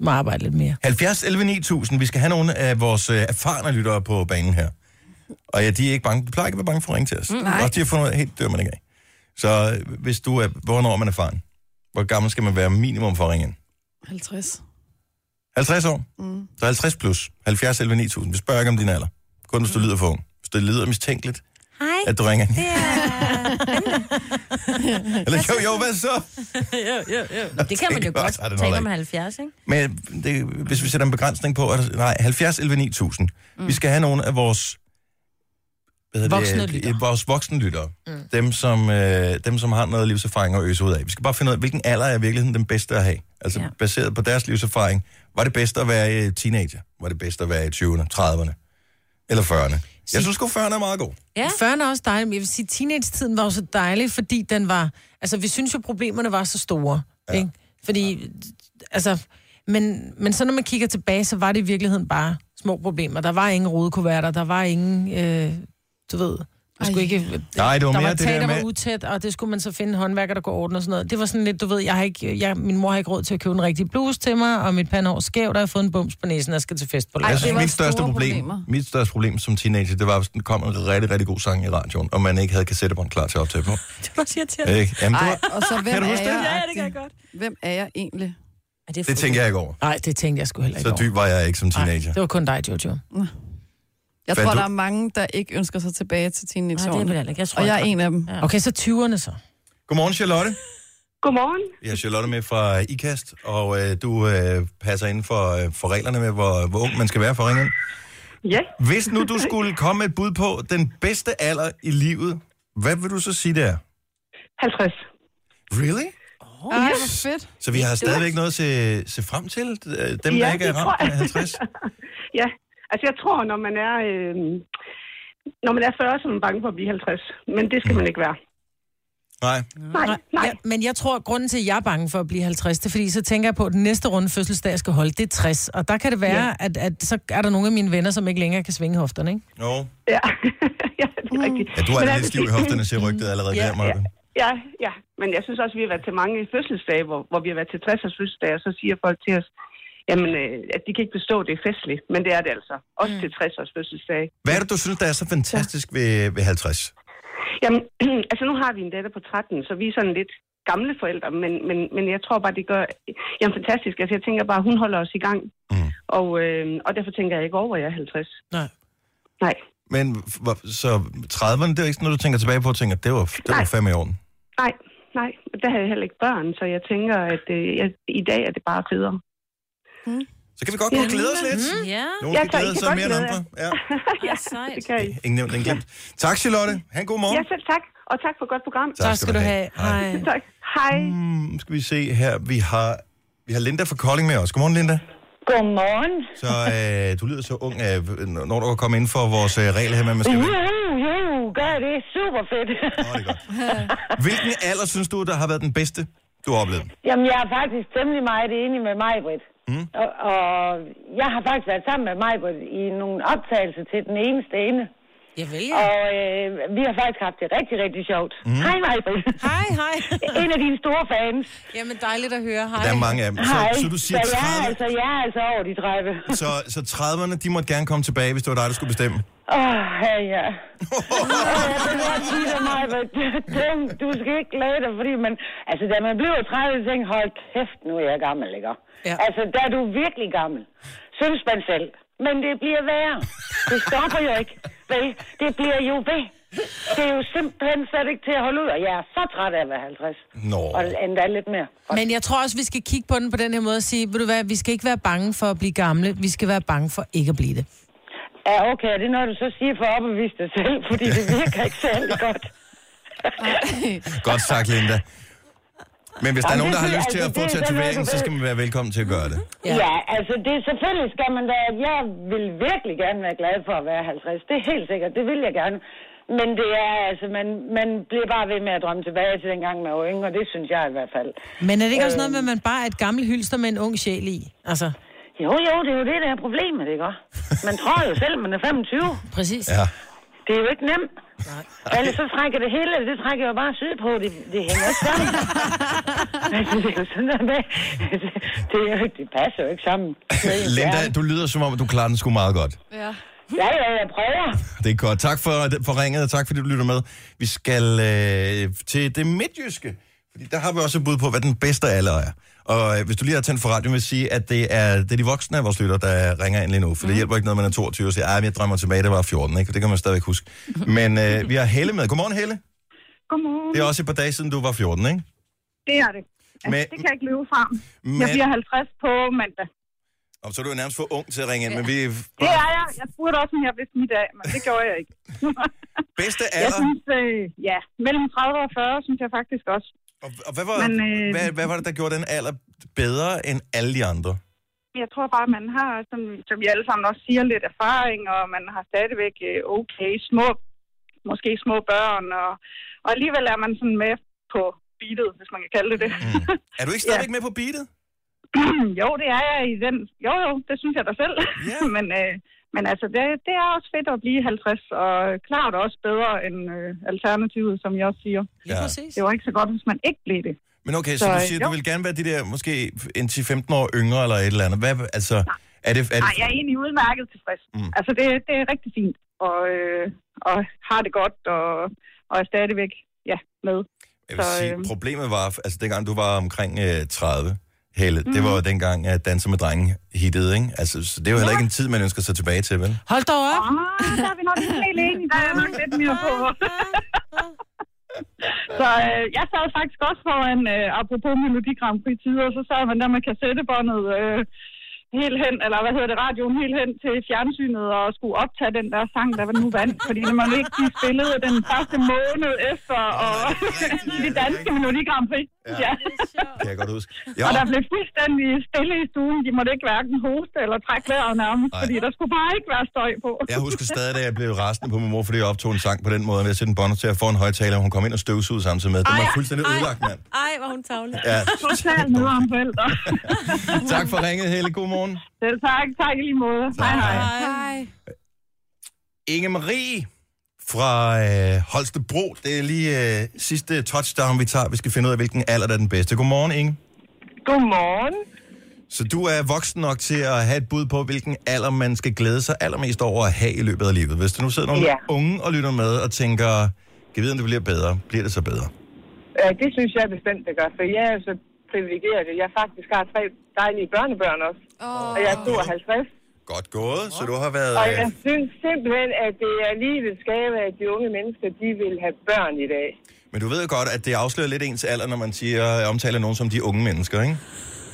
Speaker 3: Må arbejde lidt mere.
Speaker 1: 70 11 9000. Vi skal have nogle af vores øh, erfarne lyttere på banen her. Og ja, de er ikke bange. De plejer ikke at være bange for at ringe til os. Mm,
Speaker 2: nej.
Speaker 1: Også de har fundet ud af, helt dør man ikke af. Så øh, hvis du er... Hvornår er man erfaren? Hvor gammel skal man være minimum for at ringe ind?
Speaker 2: 50.
Speaker 1: 50 år? Mm. Så 50 plus. 70 11 9000. Vi spørger ikke om din alder. Kun hvis du lyder for ung. Hvis det lyder mistænkeligt,
Speaker 4: Hej.
Speaker 1: at du ringer. ind.
Speaker 4: Mm. Det er...
Speaker 1: Eller jo, jo, hvad så?
Speaker 4: Det kan man jo
Speaker 1: Tænker også, at den
Speaker 4: godt tale
Speaker 1: holder
Speaker 4: om
Speaker 1: ikke.
Speaker 4: 70, ikke?
Speaker 1: Men det, hvis vi sætter en begrænsning på, er der, nej, 70 11 9000. Mm. Vi skal have nogle af vores hvad hedder
Speaker 3: Voksne
Speaker 1: det,
Speaker 3: lyttere.
Speaker 1: øh, vores voksne lyttere. Mm. Dem, som, øh, dem, som har noget livserfaring at øse ud af. Vi skal bare finde ud af, hvilken alder er i virkeligheden den bedste at have. Altså ja.
Speaker 4: Ja.
Speaker 1: baseret på deres livserfaring. Var det bedst at være øh, teenager? Var det bedst at være i 20'erne, 30'erne? Eller 40'erne? Jeg synes sgu, 40'erne er meget god.
Speaker 4: Ja.
Speaker 3: Ja. 40'erne er også dejlig, men jeg vil sige, teenage-tiden var jo så dejlig, fordi den var... Altså, vi synes jo, problemerne var så store, ja. ikke? Fordi, altså... Men, men så når man kigger tilbage, så var det i virkeligheden bare små problemer. Der var ingen rodekuverter, der var ingen... Øh, du ved... Man skulle ikke, øh,
Speaker 1: Nej, det var
Speaker 3: der
Speaker 1: mere
Speaker 3: var
Speaker 1: det
Speaker 3: et
Speaker 1: der
Speaker 3: tag, der
Speaker 1: med-
Speaker 3: var utæt, og det skulle man så finde en håndværker, der kunne ordne og sådan noget. Det var sådan lidt, du ved, jeg har ikke, jeg, min mor har ikke råd til at købe en rigtig bluse til mig, og mit pandehår er skævt, og jeg har fået en bums på næsen, og jeg skal til fest på
Speaker 1: Jeg
Speaker 3: lørdag.
Speaker 1: synes,
Speaker 2: var
Speaker 1: mit største,
Speaker 2: store
Speaker 1: problem,
Speaker 2: problemer.
Speaker 1: mit største problem som teenager, det var, hvis den kom en rigtig, rigtig god sang i radioen, og man ikke havde kassettebånd klar til at optage på.
Speaker 4: Det var så irriterende.
Speaker 1: Ikke? Jamen, det,
Speaker 2: Nej,
Speaker 1: var,
Speaker 2: og så hvem
Speaker 1: Kan du
Speaker 2: er
Speaker 1: huske det?
Speaker 2: jeg?
Speaker 4: Ja, det kan jeg godt.
Speaker 2: Hvem er jeg egentlig?
Speaker 4: Ej, det, er
Speaker 1: det tænker jeg ikke over.
Speaker 3: Nej, det tænkte jeg sgu heller ikke
Speaker 1: Så dyb var jeg ikke som
Speaker 3: over. Nej,
Speaker 1: teenager.
Speaker 3: det var kun dig, Jojo.
Speaker 2: Jeg
Speaker 1: Fandt
Speaker 2: tror,
Speaker 1: du-
Speaker 2: der er mange, der ikke ønsker sig tilbage til
Speaker 4: Nej, det er vel
Speaker 2: teenageårene.
Speaker 4: heller ikke. Jeg tror,
Speaker 2: Og jeg er
Speaker 4: ikke.
Speaker 2: en af dem.
Speaker 3: Okay, så 20'erne så.
Speaker 1: Godmorgen, Charlotte.
Speaker 9: Godmorgen.
Speaker 1: Jeg er Charlotte med fra IKAST, og øh, du øh, passer inden for, øh, for reglerne med, hvor, hvor ung man skal være for at ringe ind.
Speaker 9: Ja.
Speaker 1: Hvis nu du skulle komme med et bud på den bedste alder i livet, hvad vil du så sige der?
Speaker 9: 50.
Speaker 1: Really?
Speaker 2: Ej, hvor fedt.
Speaker 1: Så vi har stadigvæk noget at se, se frem til? øh, Dem,
Speaker 9: Ja,
Speaker 1: der ikke er
Speaker 9: det tror
Speaker 1: ramt
Speaker 9: jeg.
Speaker 1: af 50?
Speaker 9: Ja, altså jeg tror, når man er, øh,
Speaker 10: øhm,
Speaker 9: når man er 40, så er man bange for at blive 50. Men det skal man ikke være.
Speaker 1: Nej.
Speaker 9: Nej, nej.
Speaker 3: Ja, men jeg tror, at grunden til, at jeg er bange for at blive 50, det er, fordi så tænker jeg på, at den næste runde fødselsdag, jeg skal holde, det er 60. Og der kan det være, ja. at, at så er der nogle af mine venner, som ikke længere kan svinge hofterne, ikke?
Speaker 1: No.
Speaker 9: Ja, ja det er rigtigt.
Speaker 1: Ja, du har
Speaker 9: Men
Speaker 1: da lidt
Speaker 9: altså,
Speaker 1: stiv i hofterne, siger rygtet allerede ja, der, Marco.
Speaker 10: Ja, ja. Men jeg synes også, vi har været til mange fødselsdage, hvor, hvor vi har været til 60-års fødselsdage, og så siger folk til os, jamen, øh, at de kan ikke bestå, det er festligt. Men det er det altså. Også mm. til 60-års fødselsdage.
Speaker 1: Hvad er det, du synes, der er så fantastisk ved, ved 50?
Speaker 10: Jamen, altså nu har vi en datter på 13, så vi er sådan lidt gamle forældre, men, men, men jeg tror bare, det gør... Jamen, fantastisk. Altså, jeg tænker bare, hun holder os i gang.
Speaker 1: Mm.
Speaker 10: Og, øh, og derfor tænker jeg ikke over, at jeg er 50.
Speaker 3: Nej.
Speaker 10: Nej,
Speaker 1: Men hvor- så 30'erne, det er ikke sådan noget, du tænker tilbage på og tænker, det var, det var
Speaker 10: Nej.
Speaker 1: fem i orden.
Speaker 10: nej, nej. Der havde jeg heller ikke børn, så jeg tænker, at øh, jeg, i dag er det bare federe.
Speaker 1: Så kan vi godt gå og glæde os lidt.
Speaker 3: Mm-hmm.
Speaker 9: Ja,
Speaker 1: Nogle
Speaker 10: Mm. Ja,
Speaker 1: kan
Speaker 10: tak. I
Speaker 1: glæde
Speaker 10: kan
Speaker 1: sig
Speaker 10: godt
Speaker 1: mere end
Speaker 10: glæde
Speaker 1: andre. Ja.
Speaker 9: ja, sejt.
Speaker 10: Det kan I.
Speaker 1: Ingen nævnt, ingen glemt. Tak, Charlotte. Ha' en god morgen.
Speaker 10: Ja, selv tak. Og tak for et godt program.
Speaker 3: Tak skal du have. Hej.
Speaker 10: Tak. Hej.
Speaker 1: Mm, skal vi se her. Vi har, vi har Linda fra Kolding med os. Godmorgen, Linda.
Speaker 10: Godmorgen.
Speaker 1: Så øh, du lyder så ung, øh, når du kommer ind for vores øh, regel her med, at man skal vente.
Speaker 10: Uh, uh, gør det. Super fedt.
Speaker 1: Nå, det er godt. Hvilken alder synes du, der har været den bedste, du har oplevet?
Speaker 10: Jamen, jeg er faktisk temmelig meget enig med mig, Britt. Mm. Og, og jeg har faktisk været sammen med mig, Britt, i nogle optagelser til den eneste ene.
Speaker 3: Jeg vil
Speaker 10: Og øh, vi har faktisk haft det rigtig, rigtig sjovt. Mm. Hej, mig, Britt.
Speaker 3: Hej, hej.
Speaker 10: en af dine store fans.
Speaker 3: Jamen dejligt at høre. Hej.
Speaker 1: Der er mange af dem.
Speaker 10: Hej.
Speaker 1: Så, så du siger
Speaker 10: så jeg, er
Speaker 1: 30.
Speaker 10: altså, jeg er altså over de 30.
Speaker 1: Så, så 30'erne, de måtte gerne komme tilbage, hvis det var dig, der skulle bestemme.
Speaker 10: Åh, oh, ja, ja. Åh, jeg kan godt sige dig, mig, dem, du skal ikke glæde dig, fordi man, altså, da man bliver 30, tænker, hold kæft, nu er jeg gammel, ikke?
Speaker 3: Ja.
Speaker 10: Ja. Altså, der er du virkelig gammel, synes man selv. Men det bliver værre. Det stopper jo ikke. Vel, det bliver jo ved. Det er jo simpelthen slet ikke til at holde ud, og jeg er så træt af at være 50.
Speaker 1: Nå.
Speaker 10: Og endda lidt mere.
Speaker 3: Men jeg tror også, vi skal kigge på den på den her måde og sige, ved du hvad, vi skal ikke være bange for at blive gamle, vi skal være bange for ikke at blive det.
Speaker 10: Ja, okay, det er noget, du så siger for at overbevise dig selv, fordi det virker ikke særlig godt.
Speaker 1: Godt sagt, Linda. Men hvis der er
Speaker 10: Jamen,
Speaker 1: nogen,
Speaker 10: det
Speaker 1: der har
Speaker 10: synes-
Speaker 1: lyst til at
Speaker 10: altså,
Speaker 1: få
Speaker 10: det er sådan noget,
Speaker 1: tatoveringen,
Speaker 10: du
Speaker 1: så
Speaker 10: ved.
Speaker 1: skal man være velkommen til at gøre det.
Speaker 3: Ja.
Speaker 10: Ja. ja, altså det er selvfølgelig skal man da... Jeg vil virkelig gerne være glad for at være 50. Det er helt sikkert, det vil jeg gerne. Men det er altså, man, man bliver bare ved med at drømme tilbage til dengang man var yngre, det synes jeg i hvert fald. Øh,
Speaker 3: Men er det ikke også noget med, at man bare er et gammelt hylster med en ung sjæl i? Altså,
Speaker 10: Jo, jo, det er jo det, der er problemet, ikke også? Man tror jo selv, man er 25.
Speaker 3: præcis.
Speaker 1: Ja.
Speaker 10: Det er jo ikke nemt. Nej. Ellers så trækker det hele, det trækker jo bare syd på, det, det hænger ikke sammen. altså, det er jo sådan noget med, det, er jo, ikke- det passer jo ikke sammen.
Speaker 1: Linda, du lyder som om, du klarer den sgu meget godt.
Speaker 11: Ja.
Speaker 10: Ja, ja, jeg prøver.
Speaker 1: Det er godt. Tak for, for ringet, og tak fordi du lytter med. Vi skal øh, til det midtjyske, fordi der har vi også et bud på, hvad den bedste alder er. Og øh, hvis du lige har tændt for radioen, vil jeg sige, at det er, det er de voksne af vores lytter, der ringer ind lige nu. For
Speaker 12: Mhm.
Speaker 1: det hjælper ikke noget, man er 22 og siger, at jeg drømmer tilbage, det var 14, ikke? For det kan man stadigvæk huske. Men øh, vi har Helle med. Godmorgen, Helle.
Speaker 12: Godmorgen.
Speaker 1: Det er også et par dage siden, du var 14, ikke?
Speaker 12: Det er det. Altså,
Speaker 1: Men-
Speaker 12: det kan jeg ikke løbe frem. Jeg
Speaker 1: Men,
Speaker 12: bliver 50 på mandag.
Speaker 1: og så er du jo nærmest for ung til at ringe ind, men vi...
Speaker 12: Det er jeg. Jeg spurgte også, om jeg vidste mit dag, men det gjorde jeg ikke.
Speaker 1: Bedste
Speaker 12: jeg
Speaker 1: alder.
Speaker 12: synes, øh, ja, mellem 30 og 40, synes jeg faktisk også.
Speaker 1: Og, og hvad, var,
Speaker 12: Men, øh,
Speaker 1: hvad, hvad var det, der gjorde den alder bedre end alle de andre?
Speaker 12: Jeg tror bare, at man har, som, som vi alle sammen også siger, lidt erfaring, og man har stadigvæk øh, okay små, måske små børn, og, og alligevel er man sådan med på beatet, hvis man kan kalde det det.
Speaker 1: Mm. Er du ikke stadigvæk med på beatet?
Speaker 12: jo, det er jeg i den. Jo, jo, det synes jeg da selv.
Speaker 1: Ja.
Speaker 12: men, øh, men altså, det, det er også fedt at blive 50, og klart også bedre end øh, alternativet, som jeg også siger.
Speaker 3: Lige
Speaker 1: Ja.
Speaker 3: præcis.
Speaker 12: Det var ikke så godt, hvis man ikke blev det.
Speaker 1: Men okay, så,
Speaker 12: Så,
Speaker 1: du
Speaker 12: øh,
Speaker 1: siger,
Speaker 12: jo.
Speaker 1: du vil gerne være de der måske indtil 15 år yngre eller et eller andet. Hvad, altså, er det, er
Speaker 12: Nej,
Speaker 1: det,
Speaker 12: jeg er egentlig udmærket tilfreds.
Speaker 1: Mm.
Speaker 12: Mm. Altså, det, det er rigtig fint, og, øh, og har det godt, og, og er stadigvæk ja, med.
Speaker 1: jeg vil
Speaker 12: så,
Speaker 1: sige,
Speaker 12: øh,
Speaker 1: problemet var, altså dengang du var omkring øh, 30, Helle,
Speaker 12: Mhm.
Speaker 1: det var jo dengang, at Danser med Drenge hittede, ikke? Altså, så det er jo heller ikke en tid, man ønsker sig tilbage til, vel?
Speaker 3: Hold da op.
Speaker 12: Ah, der er vi nok ikke helt enige. Der er jeg nok lidt mere på. så øh, jeg sad faktisk også foran, øh, apropos Melodi Grand Prix tider, så sad man der med kassettebåndet øh, helt hen, eller hvad hedder det, radioen helt hen til fjernsynet og skulle optage den der sang, der var nu vandt, fordi når man ikke de spillede den første måned efter, og
Speaker 1: Nej, det er rigtigt,
Speaker 12: i
Speaker 1: ja,
Speaker 12: det
Speaker 1: det er
Speaker 12: danske
Speaker 1: rigtigt.
Speaker 12: Melodi Grand Prix.
Speaker 1: Ja.
Speaker 12: Ja. ja.
Speaker 1: Kan jeg godt huske. Ja,
Speaker 12: Og der blev fuldstændig stille i stuen. De måtte ikke hverken hoste eller trække vejret nærmest,
Speaker 1: Nej.
Speaker 12: fordi der skulle bare ikke være støj på.
Speaker 1: jeg husker stadig, da jeg blev rasende på min mor, fordi jeg optog en sang på den måde, ved at sætte en bånd til at få en højtaler, og hun kom ind og støvsugede samtidig med. Det var fuldstændig ødelagt, mand.
Speaker 9: Ej, hvor hun tavle.
Speaker 1: Ja.
Speaker 12: Totalt noget om forældre.
Speaker 1: Tak for ringet, Helle. God morgen.
Speaker 12: Selv tak. Tak i lige måde. Hej hej.
Speaker 1: Inge Marie fra øh, Holstebro. Det er lige øh, sidste touchdown, vi tager. Vi skal finde ud af, hvilken alder der er den bedste. Godmorgen, Inge.
Speaker 13: Godmorgen.
Speaker 1: Så du er voksen nok til at have et bud på, hvilken alder man skal glæde sig allermest over at have i løbet af livet. Hvis der nu sidder nogle
Speaker 13: Ja.
Speaker 1: unge og lytter med og tænker, kan vide, om det bliver bedre, bliver det så bedre?
Speaker 13: Ja, det synes jeg bestemt, det gør, for jeg er så privilegeret, at jeg faktisk har tre dejlige børnebørn også.
Speaker 2: Åh.
Speaker 13: Og jeg er 52.
Speaker 1: Godt gået, så du har været...
Speaker 13: Og
Speaker 1: Øh,
Speaker 13: jeg synes simpelthen, at det er livets gave, at de unge mennesker, de vil have børn i dag.
Speaker 1: øh, men du ved jo godt, at det afslører lidt ens alder, når man siger, øh, omtaler nogen som de unge mennesker, ikke?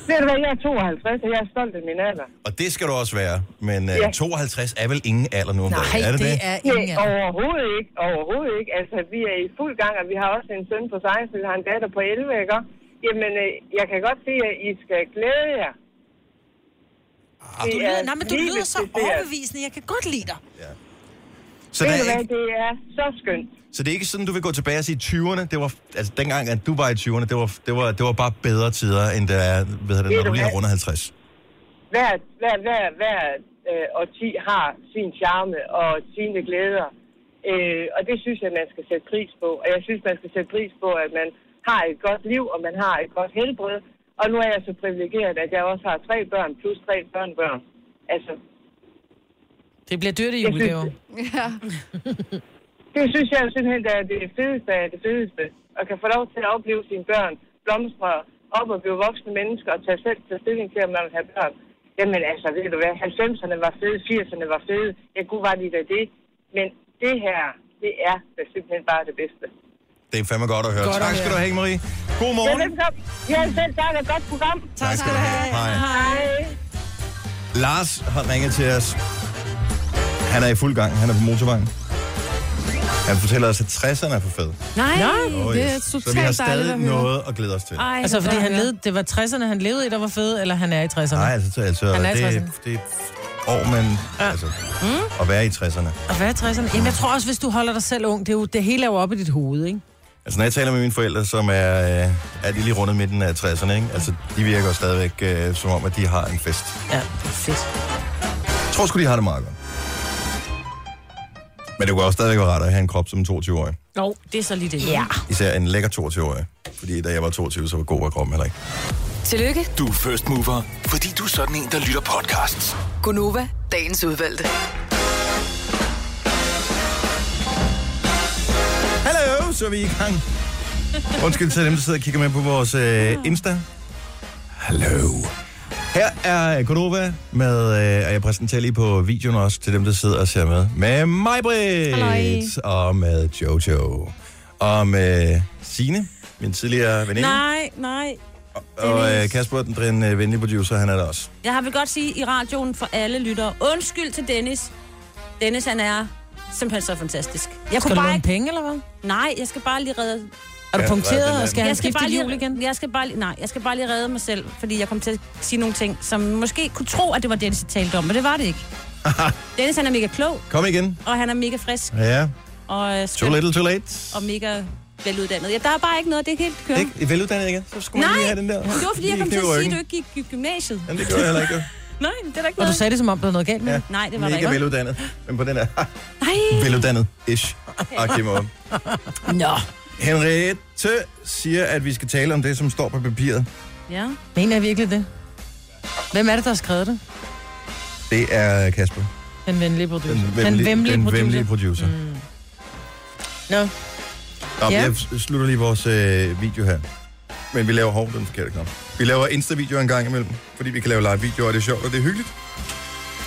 Speaker 13: Ved du hvad, jeg er 52, og jeg er stolt af min alder.
Speaker 1: Og det skal du også være. Men øh,
Speaker 13: Ja.
Speaker 1: 52 er vel ingen alder nu om dagen, er det det?
Speaker 14: er
Speaker 13: Nej,
Speaker 14: ingen alder.
Speaker 13: overhovedet ikke. Overhovedet ikke. Altså, vi er i fuld gang, og vi har også en søn på 16, vi har en datter på 11, ikke? også? Jamen, øh, jeg kan godt se, at I skal glæde jer.
Speaker 3: Du
Speaker 13: Det
Speaker 3: lyder,
Speaker 13: er
Speaker 3: nej,
Speaker 10: øh,
Speaker 3: men Ah, du
Speaker 13: lige
Speaker 3: lyder så
Speaker 13: præcis det, jeg-
Speaker 3: overbevisende. Jeg kan godt lide dig.
Speaker 1: Så,
Speaker 13: Ved
Speaker 1: der
Speaker 13: du
Speaker 1: er
Speaker 13: hvad,
Speaker 1: ikke,
Speaker 13: det er så skønt.
Speaker 1: så det er ikke sådan, du vil gå tilbage og sige 20'erne. Det var, altså dengang, at du var i 20'erne, det var, det var, det var bare bedre tider, end der er, ved det,
Speaker 13: Ved
Speaker 1: når
Speaker 13: du
Speaker 1: du lige har
Speaker 13: hvad?
Speaker 1: rundet 50.
Speaker 13: Hver, hver, hver, hver øh, årti har sin charme og sine glæder. Øh, og det synes jeg, man skal sætte pris på. Og jeg synes, man skal sætte pris på, at man har et godt liv, og man har et godt helbred. Og nu er jeg så privilegeret, at jeg også har tre børn plus tre børnebørn. Altså,
Speaker 3: Det bliver dyrt i
Speaker 13: synes-
Speaker 3: julegaver.
Speaker 2: Ja.
Speaker 13: Det synes jeg jo simpelthen der er det fedeste af det fedeste. At kan få lov til at opleve sine børn blomstre op og blive voksne mennesker og tage selv til stilling til, om man vil have børn. Jamen altså, ved du hvad, 90'erne var fede, 80'erne var fede, jeg kunne var lige da det. Men det her, det er da simpelthen bare det bedste.
Speaker 1: Det er fandme godt at høre. Godt tak skal du have, Marie. God
Speaker 13: Ja,
Speaker 1: morgen.
Speaker 13: velkommen. Ja, selv tak, og godt program.
Speaker 1: Tak skal du have. Hej.
Speaker 13: Hej.
Speaker 1: Lars har ringet til os. Han er i fuld gang. Han er på motorvejen. Han fortæller os, at 60'erne er for fed.
Speaker 4: Nej.
Speaker 1: Oh,
Speaker 2: det er
Speaker 1: Så vi har
Speaker 2: totalt dejligt
Speaker 1: stadig
Speaker 2: at høre.
Speaker 1: noget at glæde os til.
Speaker 4: Ej,
Speaker 3: Altså, fordi
Speaker 4: hvor
Speaker 3: han
Speaker 4: er-
Speaker 3: led, det var 60'erne, han levede i, der var fede, eller han er i 60'erne.
Speaker 1: Nej, altså, altså
Speaker 3: Han er i
Speaker 1: det,
Speaker 3: 60'erne.
Speaker 1: det er år, men altså, at være i 60'erne.
Speaker 3: Og hvad er 60'erne? Jamen, jeg tror også, hvis du holder dig selv ung, det, er jo, det hele er jo oppe i dit hoved, ikke?
Speaker 1: Altså, når jeg taler med mine forældre, som er, øh, er de lige rundet midten af 60'erne, ikke? Altså, de virker jo stadigvæk øh, som om, at de har en fest.
Speaker 3: Ja, det er fedt.
Speaker 1: Jeg tror sgu, de har det meget godt. Men det kunne også stadigvæk være rart at have en krop som en 22-årig.
Speaker 4: Nå, det er så lige det. Ja.
Speaker 1: Især en lækker 22-årig. Fordi da jeg var 22, så var god af kroppen heller ikke.
Speaker 5: Tillykke,
Speaker 15: Du er first mover, fordi du er sådan en, der lytter podcasts.
Speaker 5: Gunova, dagens udvalgte.
Speaker 1: Hallo, så er vi i gang. Undskyld til dem, der sidder og kigger med på vores øh, Insta. Hallo. Her er Kodoba med, øh, og jeg præsenterer lige på videoen også til dem, der sidder og ser med, med mig,
Speaker 2: Halløj.
Speaker 1: Britt, og med Jojo, og med Sine, min tidligere veninde,
Speaker 4: Nej, nej.
Speaker 1: og øh, Kasper, den, den øh, venlige producer, han er der også.
Speaker 4: Jeg har vil godt sige i radioen for alle lyttere, undskyld til Dennis. Dennis, han er simpelthen så fantastisk. Jeg
Speaker 3: Skal
Speaker 4: kunne
Speaker 3: du
Speaker 4: bare
Speaker 3: låne
Speaker 4: ikke...
Speaker 3: penge, eller hvad?
Speaker 4: Nej, jeg skal bare lige redde...
Speaker 3: Er du
Speaker 1: Ja, hvad er det,
Speaker 3: punkteret, og skal
Speaker 1: mand?
Speaker 3: han
Speaker 4: Jeg skal,
Speaker 3: skifte
Speaker 4: bare
Speaker 3: dit jul igen?
Speaker 4: lige, jeg skal bare lige, nej, jeg skal bare lige redde mig selv, fordi jeg kom til at sige nogle ting, som måske kunne tro, at det var Dennis, jeg talte om, men det var det ikke. Dennis, han er mega klog,
Speaker 1: Kom igen.
Speaker 4: og han er mega frisk,
Speaker 1: Ja,
Speaker 4: og, øh,
Speaker 1: too
Speaker 4: skøn,
Speaker 1: little, too late.
Speaker 4: og mega veluddannet. Ja, der er bare ikke noget, det er helt kørt.
Speaker 1: Ikke? Veluddannet igen, så skulle man
Speaker 4: Nej,
Speaker 1: lige have den der.
Speaker 4: det var fordi, jeg
Speaker 1: lige
Speaker 4: kom til
Speaker 1: kniv i
Speaker 4: at sige, at
Speaker 1: ryggen.
Speaker 4: du ikke gik i gymnasiet.
Speaker 1: Jamen, det gjorde jeg heller ikke. jo.
Speaker 4: Nej, det er da ikke
Speaker 3: Og du
Speaker 4: noget.
Speaker 3: sagde det, som om der var noget galt med
Speaker 1: Ja.
Speaker 3: ja.
Speaker 4: Nej, det var der
Speaker 1: Mega
Speaker 4: ikke.
Speaker 1: veluddannet. Men på den der
Speaker 4: Nej.
Speaker 1: veluddannet-ish. Okay, måde.
Speaker 4: Nå.
Speaker 1: Henriette siger, at vi skal tale om det, som står på papiret.
Speaker 4: Ja.
Speaker 3: Mener jeg virkelig det? Hvem er det, der har skrevet det?
Speaker 1: Det er Kasper,
Speaker 3: Den venlige producer.
Speaker 1: den vemmelige, den
Speaker 3: vemmelige
Speaker 1: vemmelige, producer.
Speaker 3: producer.
Speaker 1: Mm.
Speaker 3: Nå,
Speaker 1: Nå,
Speaker 3: Ja.
Speaker 1: Jeg slutter lige vores øh, video her. Men vi laver hårdt den forkerte knap. Vi laver Insta-videoer en gang imellem, fordi vi kan lave live-videoer, og det er sjovt, og det er hyggeligt.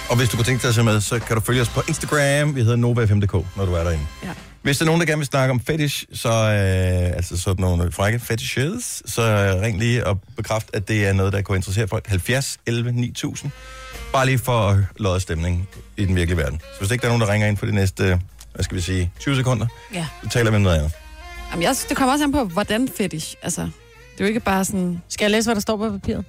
Speaker 1: Og hvis du kunne tænke dig at se med, så kan du følge os på Instagram. Vi hedder Nova5.dk, når du er derinde.
Speaker 2: Ja.
Speaker 1: Hvis der er nogen, der gerne vil snakke om fetish, så øh, altså sådan nogle frække fetishes, så øh, ring lige og bekræft, at det er noget, der kunne interessere folk. 70 11 9000. Bare lige for at lodde stemning i den virkelige verden. Så hvis ikke der er nogen, der ringer ind for de næste, øh, hvad skal vi sige, 20 sekunder,
Speaker 4: Ja.
Speaker 1: så taler vi om noget andet.
Speaker 2: Jamen, jeg synes, det kommer også an på, hvordan fetish. Altså, det er jo ikke bare sådan...
Speaker 3: skal jeg læse, hvad der står på papiret?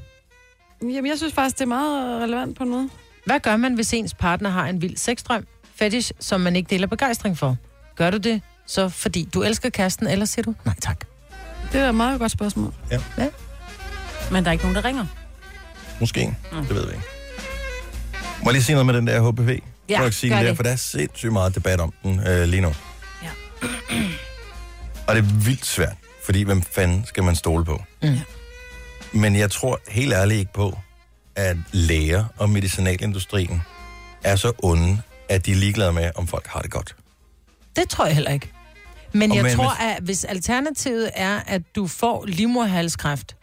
Speaker 2: Jamen, jeg synes faktisk, det er meget relevant på noget.
Speaker 3: Hvad gør man, hvis ens partner har en vild sexdrøm? Fetish, som man ikke deler begejstring for. Gør du det, så fordi du elsker kæresten, eller siger du, nej tak.
Speaker 2: Det er da et meget godt spørgsmål.
Speaker 4: Men der er ikke nogen, der ringer.
Speaker 1: Måske. Mm. Det ved vi ikke. Må jeg lige sige noget med den der HPV?
Speaker 4: Ja,
Speaker 1: Vaccinen
Speaker 4: gør
Speaker 1: der,
Speaker 4: det.
Speaker 1: For der er sindssygt meget debat om den øh, lige nu. Og det er vildt svært, fordi hvem fanden skal man stole på? Mm. Men jeg tror helt ærligt ikke på, at læger og medicinalindustrien er så onde, at de er ligeglade med, om folk har det godt.
Speaker 3: Det tror jeg heller ikke. Men
Speaker 1: Og
Speaker 3: jeg
Speaker 1: men-
Speaker 3: tror, at hvis alternativet er, at du får livmoderhalskræft,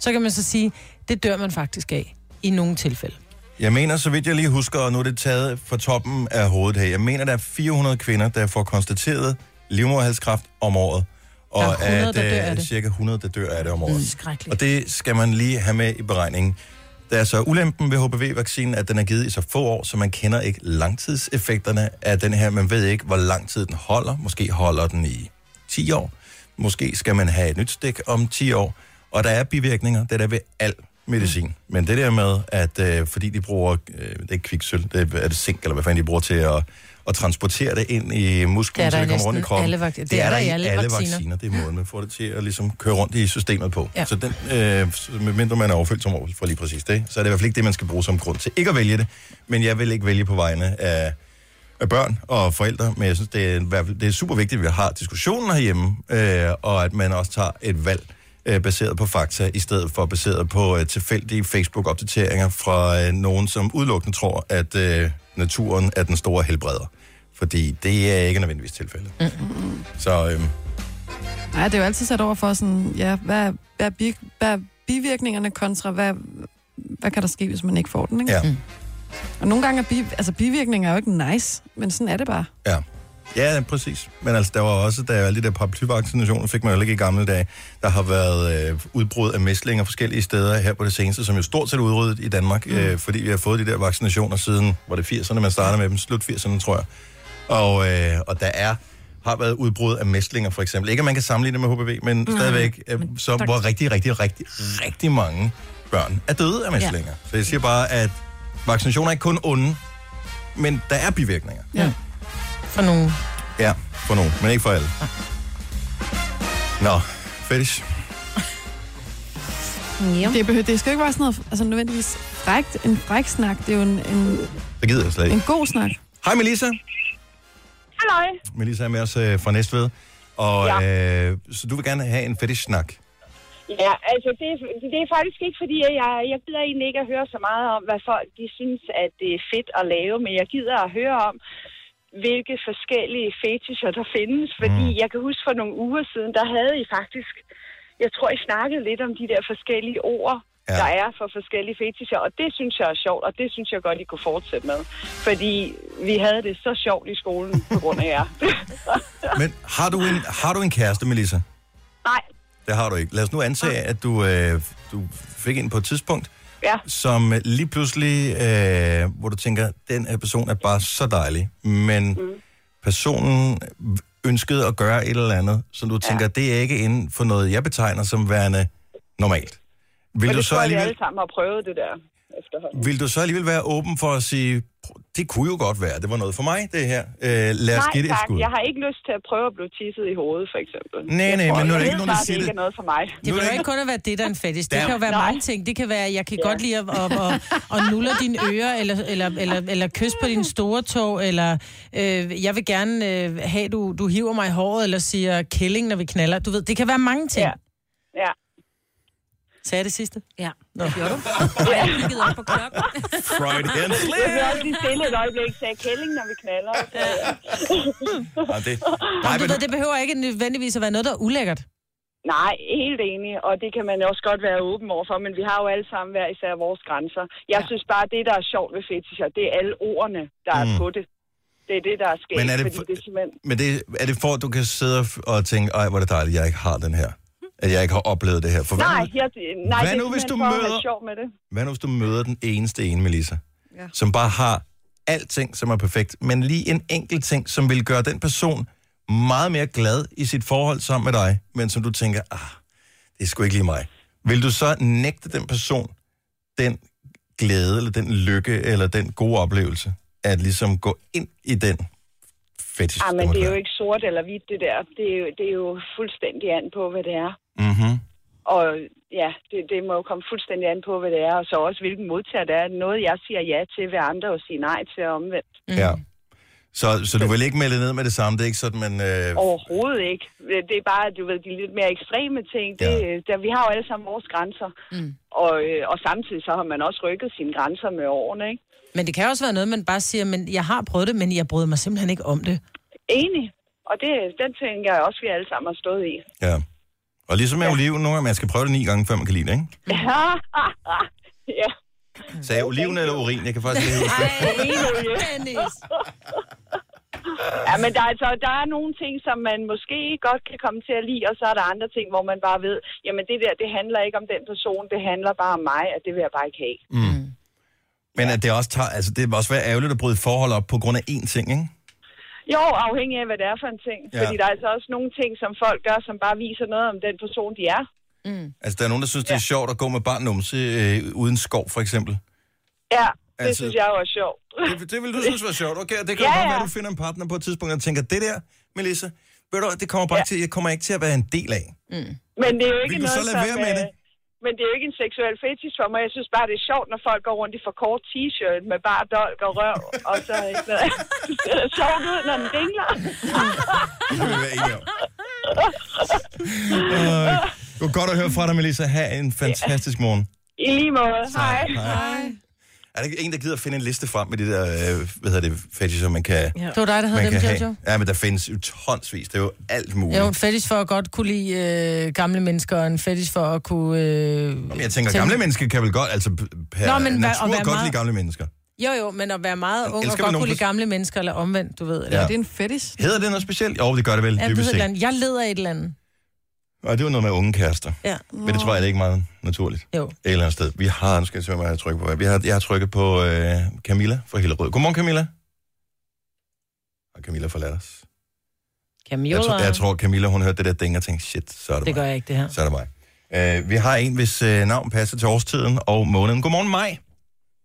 Speaker 3: så kan man så sige, det dør man faktisk af i nogle tilfælde.
Speaker 1: Jeg mener, så vidt jeg lige husker, og nu er det taget fra toppen af hovedet her. Jeg mener, der er 400 kvinder, der får konstateret livmoderhalskræft om året. Og
Speaker 3: Der er 100,
Speaker 1: at
Speaker 3: der dør
Speaker 1: øh,
Speaker 3: af det.
Speaker 1: cirka 100, der dør af det om året. Mm.
Speaker 4: Skrækkeligt.
Speaker 1: Og det skal man lige have med i beregningen. Der er så ulempen ved HPV-vaccinen, at den er givet i så få år, så man kender ikke langtidseffekterne af den her. Man ved ikke, hvor lang tid den holder. Måske holder den i 10 år. Måske skal man have et nyt stik om 10 år. Og der er bivirkninger, det er der ved al medicin. Mm. Men det der med, at øh, fordi de bruger, øh, det er ikke kviksøl, det er, er det zink, eller hvad fanden de bruger til at, at transportere det ind i musklen,
Speaker 3: Det er
Speaker 1: så
Speaker 3: der
Speaker 1: det
Speaker 3: i
Speaker 1: kommer rundt i
Speaker 3: næsten
Speaker 1: kroppen.
Speaker 3: alle vac- det er der i alle vacciner.
Speaker 1: vacciner. Det er måden, man får det til at ligesom køre rundt i systemet på. Ja.
Speaker 3: Ja.
Speaker 1: Så den, øh, s- medmindre man er overfølt som overfølt for lige præcis det, så er det i hvert fald ikke det, man skal bruge som grund til ikke at vælge det. Men jeg vil ikke vælge på vegne af, af børn og forældre, men jeg synes, det er, i hvert fald, det er super vigtigt, at vi har diskussionen herhjemme, øh, og at man også tager et valg øh, baseret på fakta, i stedet for baseret på øh, tilfældige Facebook-opdateringer fra øh, nogen, som udelukkende tror, at øh, naturen er den store helbreder. Fordi det er ikke nødvendigvis tilfældet. Mm-hmm. Så øh,
Speaker 2: Nej, det er jo altid sat over for sådan, ja, hvad, hvad, er bi, hvad er bivirkningerne kontra, hvad, hvad kan der ske, hvis man ikke får den, ikke?
Speaker 1: ja.
Speaker 2: Og nogle gange er bi, altså, bivirkninger er jo ikke nice, men sådan er det bare.
Speaker 1: Ja. Ja, præcis. Men altså, der var også, der alle de der paraplyvaccinationer fik man jo ikke i gamle dage. Der har været øh, udbrud af mæslinger forskellige steder her på det seneste, som jo stort set er udryddet i Danmark, mm. øh, fordi vi har fået de der vaccinationer siden, var det 80'erne, man startede med dem, slut 80'erne, tror jeg. Og, øh, og der er har været udbrud af mæslinger, for eksempel. Ikke, at man kan sammenligne det med HPV, men mm. stadigvæk, øh, så, hvor rigtig, rigtig, rigtig, rigtig mange børn er døde af mæslinger. Ja. Så jeg siger bare, at vaccinationer er ikke kun onde, men der er bivirkninger.
Speaker 3: For nogle...
Speaker 1: Ja, for nogen, men ikke for alle. Nå, fetish.
Speaker 4: Ja.
Speaker 2: Det, behøver, det skal jo ikke være sådan noget, altså nødvendigvis frækt, en fræk snak. Det er jo en, en,
Speaker 1: Det gider jeg slet
Speaker 2: en
Speaker 1: ikke.
Speaker 2: god snak.
Speaker 1: Hej Melissa.
Speaker 9: Halløj.
Speaker 1: Melissa er med os øh, fra Næstved. Og, ja. øh, så du vil gerne have en fetish-snak.
Speaker 9: Ja, altså det, er- det er faktisk ikke fordi, at jeg, jeg gider egentlig ikke at høre så meget om, hvad folk de synes, at det er fedt at lave, men jeg gider at høre om, hvilke forskellige fetisher der findes, fordi mm. jeg kan huske for nogle uger siden, der havde I faktisk, jeg tror I snakkede lidt om de der forskellige ord,
Speaker 1: Ja.
Speaker 9: ja. der er for forskellige fetisher, og det synes jeg er sjovt, og det synes jeg godt, I kunne fortsætte med, fordi vi havde det så sjovt i skolen på grund af jer.
Speaker 1: Men har du, en, har du en kæreste, Melissa?
Speaker 9: Nej,
Speaker 1: Det har du ikke. Lad os nu antage, at du, øh, du fik en på et tidspunkt,
Speaker 9: Ah. ja.
Speaker 1: som lige pludselig, øh, hvor du tænker, den her person er bare så dejlig, men mm. personen ønskede at gøre et eller andet, som du tænker, ja. det er ikke inden for noget, jeg betegner som værende normalt. Vil
Speaker 9: Men
Speaker 1: du,
Speaker 9: det
Speaker 1: så
Speaker 9: tror jeg, vi
Speaker 1: alligevel,
Speaker 9: alle sammen har prøvet det der efterhånden.
Speaker 1: vil du så alligevel være åben for at sige, "Prøv, det kunne jo godt være, det var noget for mig, det her. Øh, lad os
Speaker 9: Nej,
Speaker 1: give det et
Speaker 9: tak.
Speaker 1: skud.
Speaker 9: Jeg har ikke lyst til at prøve at blive tisset i hovedet, for eksempel.
Speaker 1: nej,
Speaker 9: Jeg tror,
Speaker 1: men nu er der
Speaker 9: jeg
Speaker 1: ikke
Speaker 9: ved
Speaker 1: nogen, der
Speaker 9: bare, at
Speaker 1: siger
Speaker 9: det. ikke
Speaker 1: det.
Speaker 9: er noget for mig.
Speaker 1: Nu
Speaker 3: Det
Speaker 1: er der
Speaker 3: behøver
Speaker 1: ikke-
Speaker 3: ikke kun at være det, der er en fetish. Det
Speaker 1: Der-
Speaker 3: kan jo være
Speaker 9: Nej.
Speaker 3: mange ting. Det kan være, at jeg kan godt lide at, at, at, at nulle dine ører, eller, eller, eller, eller kysse på din store tog, eller øh, jeg vil gerne øh, have, du, du hiver mig i håret, eller siger killing, når vi knaller. Du ved, det kan være mange ting. Ja.
Speaker 9: Ja. Ja.
Speaker 3: Sagde jeg det sidste?
Speaker 4: Ja, det gjorde du. Ej, jeg kiggede op på klokken.
Speaker 1: Freud and
Speaker 9: Jeg blev også lige stille et øjeblik, sagde Kælling, når vi knaller. Så,
Speaker 1: Nej, det, nej,
Speaker 3: Ej, du
Speaker 1: men,
Speaker 3: ved, det behøver ikke nødvendigvis at være noget, der er ulækkert.
Speaker 9: Nej, helt enig, og det kan man også godt være åben overfor, men vi har jo alle sammen hver især vores grænser. Jeg ja. synes bare, at det, der er sjovt ved fetisher, det er alle ordene, der er
Speaker 1: Mm.
Speaker 9: på det. Det er det, der er sket,
Speaker 1: Men er det
Speaker 9: fordi
Speaker 1: for-
Speaker 9: det er simpelthen...
Speaker 1: men det, er det for, at du kan sidde og f- og tænke, ej, hvor er det dejligt, jeg ikke har den her. At jeg ikke har oplevet det her. For hvad
Speaker 9: Nej,
Speaker 1: nu-
Speaker 9: jeg, nej
Speaker 1: Hvad
Speaker 9: det er
Speaker 1: nu, hvis
Speaker 9: simpelthen
Speaker 1: du
Speaker 9: for at
Speaker 1: møder-
Speaker 9: være sjov med det.
Speaker 1: Hvad nu, hvis du møder den eneste ene, Melissa? Ja.
Speaker 2: Ja.
Speaker 1: Som bare har alting, som er perfekt, men lige en enkelt ting, som vil gøre den person meget mere glad i sit forhold sammen med dig, men som du tænker, ah, det er sgu ikke lige mig. Vil du så nægte den person den glæde, eller den lykke, eller den gode oplevelse, at ligesom gå ind i den fetish?
Speaker 9: Ej,
Speaker 1: der
Speaker 9: Ah, men
Speaker 1: måtte
Speaker 9: det er jo
Speaker 1: være?
Speaker 9: ikke sort eller hvidt, det der. Det er, jo, det er jo fuldstændig an på, hvad det er.
Speaker 1: Mhm.
Speaker 9: Og ja, det, det må jo komme fuldstændig an på, hvad det er, og så også hvilken modtager det er. Noget, jeg siger ja til, vil andre jo sige nej til og omvendt.
Speaker 1: Ja. Så, så du vil ikke melde ned med det samme? Det er ikke sådan, man... Øh,
Speaker 9: Overhovedet ikke. Det er bare, du ved, de lidt mere ekstreme ting. Det,
Speaker 1: Ja.
Speaker 9: ja. der, vi har jo alle sammen vores grænser. Mm. Og, øh, og samtidig så har man også rykket sine grænser med årene, ikke?
Speaker 3: Men det kan også være noget, man bare siger, men jeg har prøvet det, men jeg bryder mig simpelthen ikke om det.
Speaker 9: Enig. Og det, den tænker jeg også, vi alle sammen har stået i.
Speaker 1: ja. Og ligesom med oliven, nogle gange, man skal prøve det ni gange, før man kan lide det, ikke?
Speaker 9: ja.
Speaker 1: Sagde jeg oliven eller urin? Jeg kan faktisk ikke huske det.
Speaker 3: Dennis.
Speaker 9: ja, men der er, altså, der er nogle ting, som man måske godt kan komme til at lide, og så er der andre ting, hvor man bare ved, jamen det der, det handler ikke om den person, det handler bare om mig, og det vil jeg bare ikke have.
Speaker 1: Mm. Men at det også tager, altså, det må også være ærgerligt at bryde et forhold op på grund af én ting, ikke?
Speaker 9: Jo, afhængig af, hvad det er for en ting.
Speaker 1: Ja.
Speaker 9: Ja. Fordi der er altså også nogle ting, som folk gør, som bare viser noget om den person, de er.
Speaker 1: Altså, der er nogen, der synes, det er sjovt at gå med bare numse øh, uden skov, for eksempel.
Speaker 9: Ja, det
Speaker 1: Altså-
Speaker 9: altså... synes jeg jo er sjovt.
Speaker 1: Det, det vil du synes var sjovt. Okay, og det kan
Speaker 9: Ja,
Speaker 1: ja, godt
Speaker 9: ja.
Speaker 1: være, at du finder en partner på et tidspunkt, og tænker, det der, Melissa, ved du, hvad, det kommer bare ja. til, jeg kommer ikke til at være en del af.
Speaker 9: Men det er jo
Speaker 1: Vil
Speaker 9: ikke
Speaker 1: du
Speaker 9: noget,
Speaker 1: så lade
Speaker 9: som,
Speaker 1: være med
Speaker 9: øh,
Speaker 1: det?
Speaker 9: Men det er jo ikke en seksuel fetish for mig. Jeg synes bare, det er sjovt, når folk går rundt i for kort t-shirt med bare dolk og røv, og så ikke noget. Det ser sjovt ud, når den dingler.
Speaker 1: Det kan vi være enige om. Øh, Det var godt at høre fra dig, Melissa. Ha' en fantastisk morgen.
Speaker 9: I lige måde. Hej.
Speaker 1: Hej. Er der ikke en, der gider at finde en liste frem med de der, øh, hvad hedder det, fetishes, som man kan...
Speaker 3: Det var dig, der havde
Speaker 1: Man
Speaker 3: dem,
Speaker 1: kan
Speaker 3: Jojo.
Speaker 1: have. Ja, men der findes jo tonsvis. Det er jo alt muligt.
Speaker 3: Jeg er en fetish for at godt kunne lide øh, gamle mennesker, og en fetish for at kunne... Øh,
Speaker 1: Men Jeg tænker, gamle mennesker kan vel godt, altså p- per
Speaker 3: Nå,
Speaker 1: Nå,
Speaker 3: men
Speaker 1: men,
Speaker 3: hvad-
Speaker 1: natur
Speaker 3: og hvad
Speaker 1: godt
Speaker 3: meget-
Speaker 1: lide gamle mennesker.
Speaker 3: jo, jo, men at være meget ung og
Speaker 1: elsker vi
Speaker 3: godt
Speaker 1: nogen,
Speaker 3: kunne lide
Speaker 1: der-
Speaker 3: gamle mennesker, eller omvendt, du ved. Eller?
Speaker 2: Ja.
Speaker 3: Ja.
Speaker 2: Det er en fetish.
Speaker 1: Hedder det noget specielt? Jo, det gør det vel,
Speaker 3: Jeg, ved
Speaker 1: dybest
Speaker 3: et
Speaker 1: set.
Speaker 3: eller andet. jeg leder et eller andet.
Speaker 1: Og det var noget med unge kærester.
Speaker 3: Ja.
Speaker 1: Men det tror jeg det er ikke meget naturligt.
Speaker 3: Jo.
Speaker 1: Et eller andet sted. Vi har, nu skal jeg se, hvad jeg trykker på. Vi har, jeg har trykket på øh, Camilla fra Hillerød. Godmorgen, Camilla. Og Camilla forladt os.
Speaker 3: Camilla.
Speaker 1: Jeg, tror, jeg tror, Camilla, hun hørte det der ding og tænkte, shit, så er det,
Speaker 3: Det gør
Speaker 1: mig.
Speaker 3: jeg ikke, det her.
Speaker 1: Så er det mig. Øh, vi har en, hvis øh, navn passer til årstiden og måneden. Godmorgen, Maj.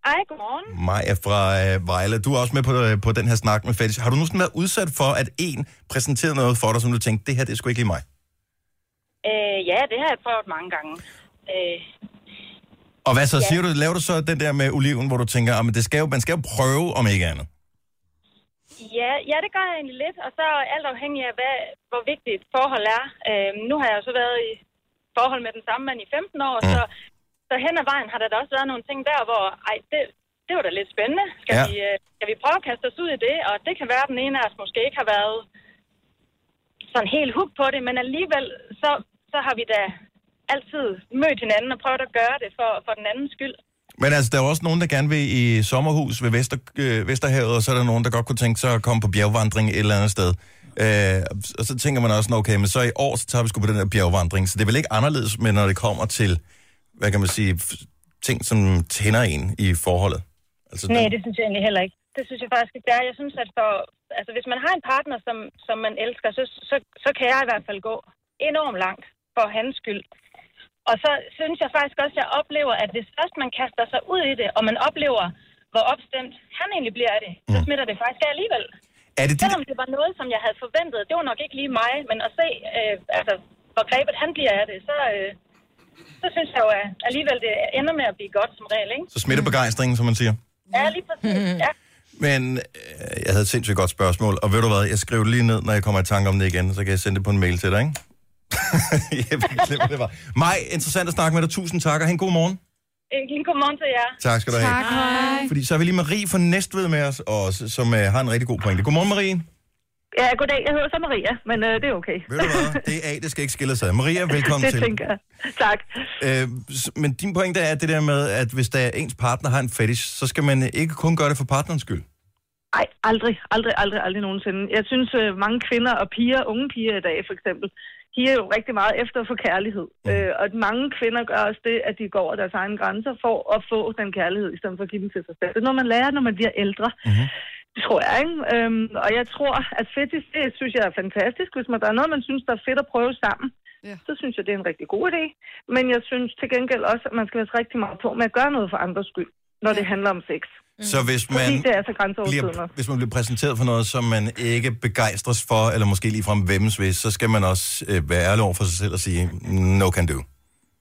Speaker 9: Hej, godmorgen.
Speaker 1: Maja er fra øh, Vejle. Du er også med på, øh, på den her snak med fetish. Har du nogensinde været udsat for, at en præsenterede noget for dig, som du tænkte, det her, det er sgu ikke lige mig?
Speaker 9: Øh, ja, det har jeg prøvet mange gange. Øh,
Speaker 1: Og hvad så? Ja. Siger du, laver du så den der med oliven, hvor du tænker, at det skal jo, man skal jo prøve, om ikke andet?
Speaker 9: Ja, ja, det gør jeg egentlig lidt, og så alt afhængig af, hvad, hvor vigtigt et forhold er. Øhm, nu har jeg jo så været i forhold med den samme mand i 15 år,
Speaker 1: Mm.
Speaker 9: så, så hen ad vejen har der da også været nogle ting der, hvor ej, det, det var da lidt spændende. Skal,
Speaker 1: Ja.
Speaker 9: ja. vi, øh, skal vi prøve at kaste os ud i det? Og det kan være, at den ene af os måske ikke har været sådan helt hooked på det, men alligevel så, så har vi da altid mødt hinanden og prøvet at gøre det for, for den andens skyld.
Speaker 1: Men altså, der er jo også nogen, der gerne vil i sommerhus ved Vester, øh, Vesterhavet, og så er der nogen, der godt kunne tænke sig at komme på bjergvandring et eller andet sted. Øh, og så tænker man også, "Nå, okay, men så i år, så tager vi sgu på den der bjergvandring. Så det er vel ikke anderledes, men når det kommer til, hvad kan man sige, f- ting, som tænder en i forholdet. Altså,
Speaker 9: Nej,
Speaker 1: den-
Speaker 9: det synes jeg egentlig heller ikke. Det synes jeg faktisk ikke, det er. Jeg synes, at for, altså, hvis man har en partner, som, som man elsker, så, så, så kan jeg i hvert fald gå enormt langt for hans skyld. Og så synes jeg faktisk også, at jeg oplever, at hvis først man kaster sig ud i det, og man oplever, hvor opstemt han egentlig bliver af det, så smitter det faktisk af alligevel.
Speaker 1: Mm. er det de,
Speaker 9: Selvom det var noget, som jeg havde forventet, det var nok ikke lige mig, men at se, øh, altså, hvor grebet han bliver af det, så, øh, så synes jeg jo at alligevel, det ender med at blive godt som regel, ikke?
Speaker 1: Så smitter begejstringen, som man siger.
Speaker 9: Ja, lige præcis. Ja.
Speaker 1: Men øh, jeg havde et sindssygt godt spørgsmål, og ved du hvad, jeg skriver det lige ned, når jeg kommer i tanke om det igen, så kan jeg sende det på en mail til dig, ikke? jeg glemmer det bare. Maj, interessant at snakke med dig. Tusind tak, og have en god morgen.
Speaker 9: En godmorgen til jer.
Speaker 1: Tak skal du have.
Speaker 2: Tak, hej.
Speaker 1: Fordi så har vi lige Marie fra Næstved med os, også, som øh, har en rigtig god pointe. Godmorgen, Marie.
Speaker 9: Ja, goddag. Jeg hedder så Maria, men øh, det er okay.
Speaker 1: Ved du hvad, det er A, det skal ikke skille sig. Maria, velkommen
Speaker 9: det
Speaker 1: til.
Speaker 9: tænker jeg. Tak.
Speaker 1: Øh, s- men din pointe er det der med, at hvis der er ens partner har en fetish, så skal man øh, ikke kun gøre det for partnerens skyld.
Speaker 9: Ej, aldrig, aldrig, aldrig, aldrig nogensinde. Jeg synes, øh, mange kvinder og piger, unge piger i dag for eksempel, de er jo rigtig meget efter for kærlighed. Mm. Øh, og mange kvinder gør også det, at de går over deres egne grænser for at få den kærlighed, i stedet for at give den til sig selv. Det er noget, man lærer, når man bliver ældre. Mm-hmm. Det tror jeg, ikke? Øhm, og jeg tror, at fetish, det synes jeg er fantastisk. Hvis man, der er noget, man synes, der er fedt at prøve sammen,
Speaker 2: Ja.
Speaker 9: ja. så synes jeg, det er en rigtig god idé. Men jeg synes til gengæld også, at man skal være rigtig meget på med at gøre noget for andres skyld, når ja. det handler om sex.
Speaker 1: Så hvis
Speaker 9: Fordi
Speaker 1: man...
Speaker 9: det er så grænseoverskridende.
Speaker 1: bliver, hvis man bliver præsenteret for noget, som man ikke begejstres for, eller måske ligefrem vemmes ved, så skal man også øh, være ærlig over for sig selv og sige, no can do.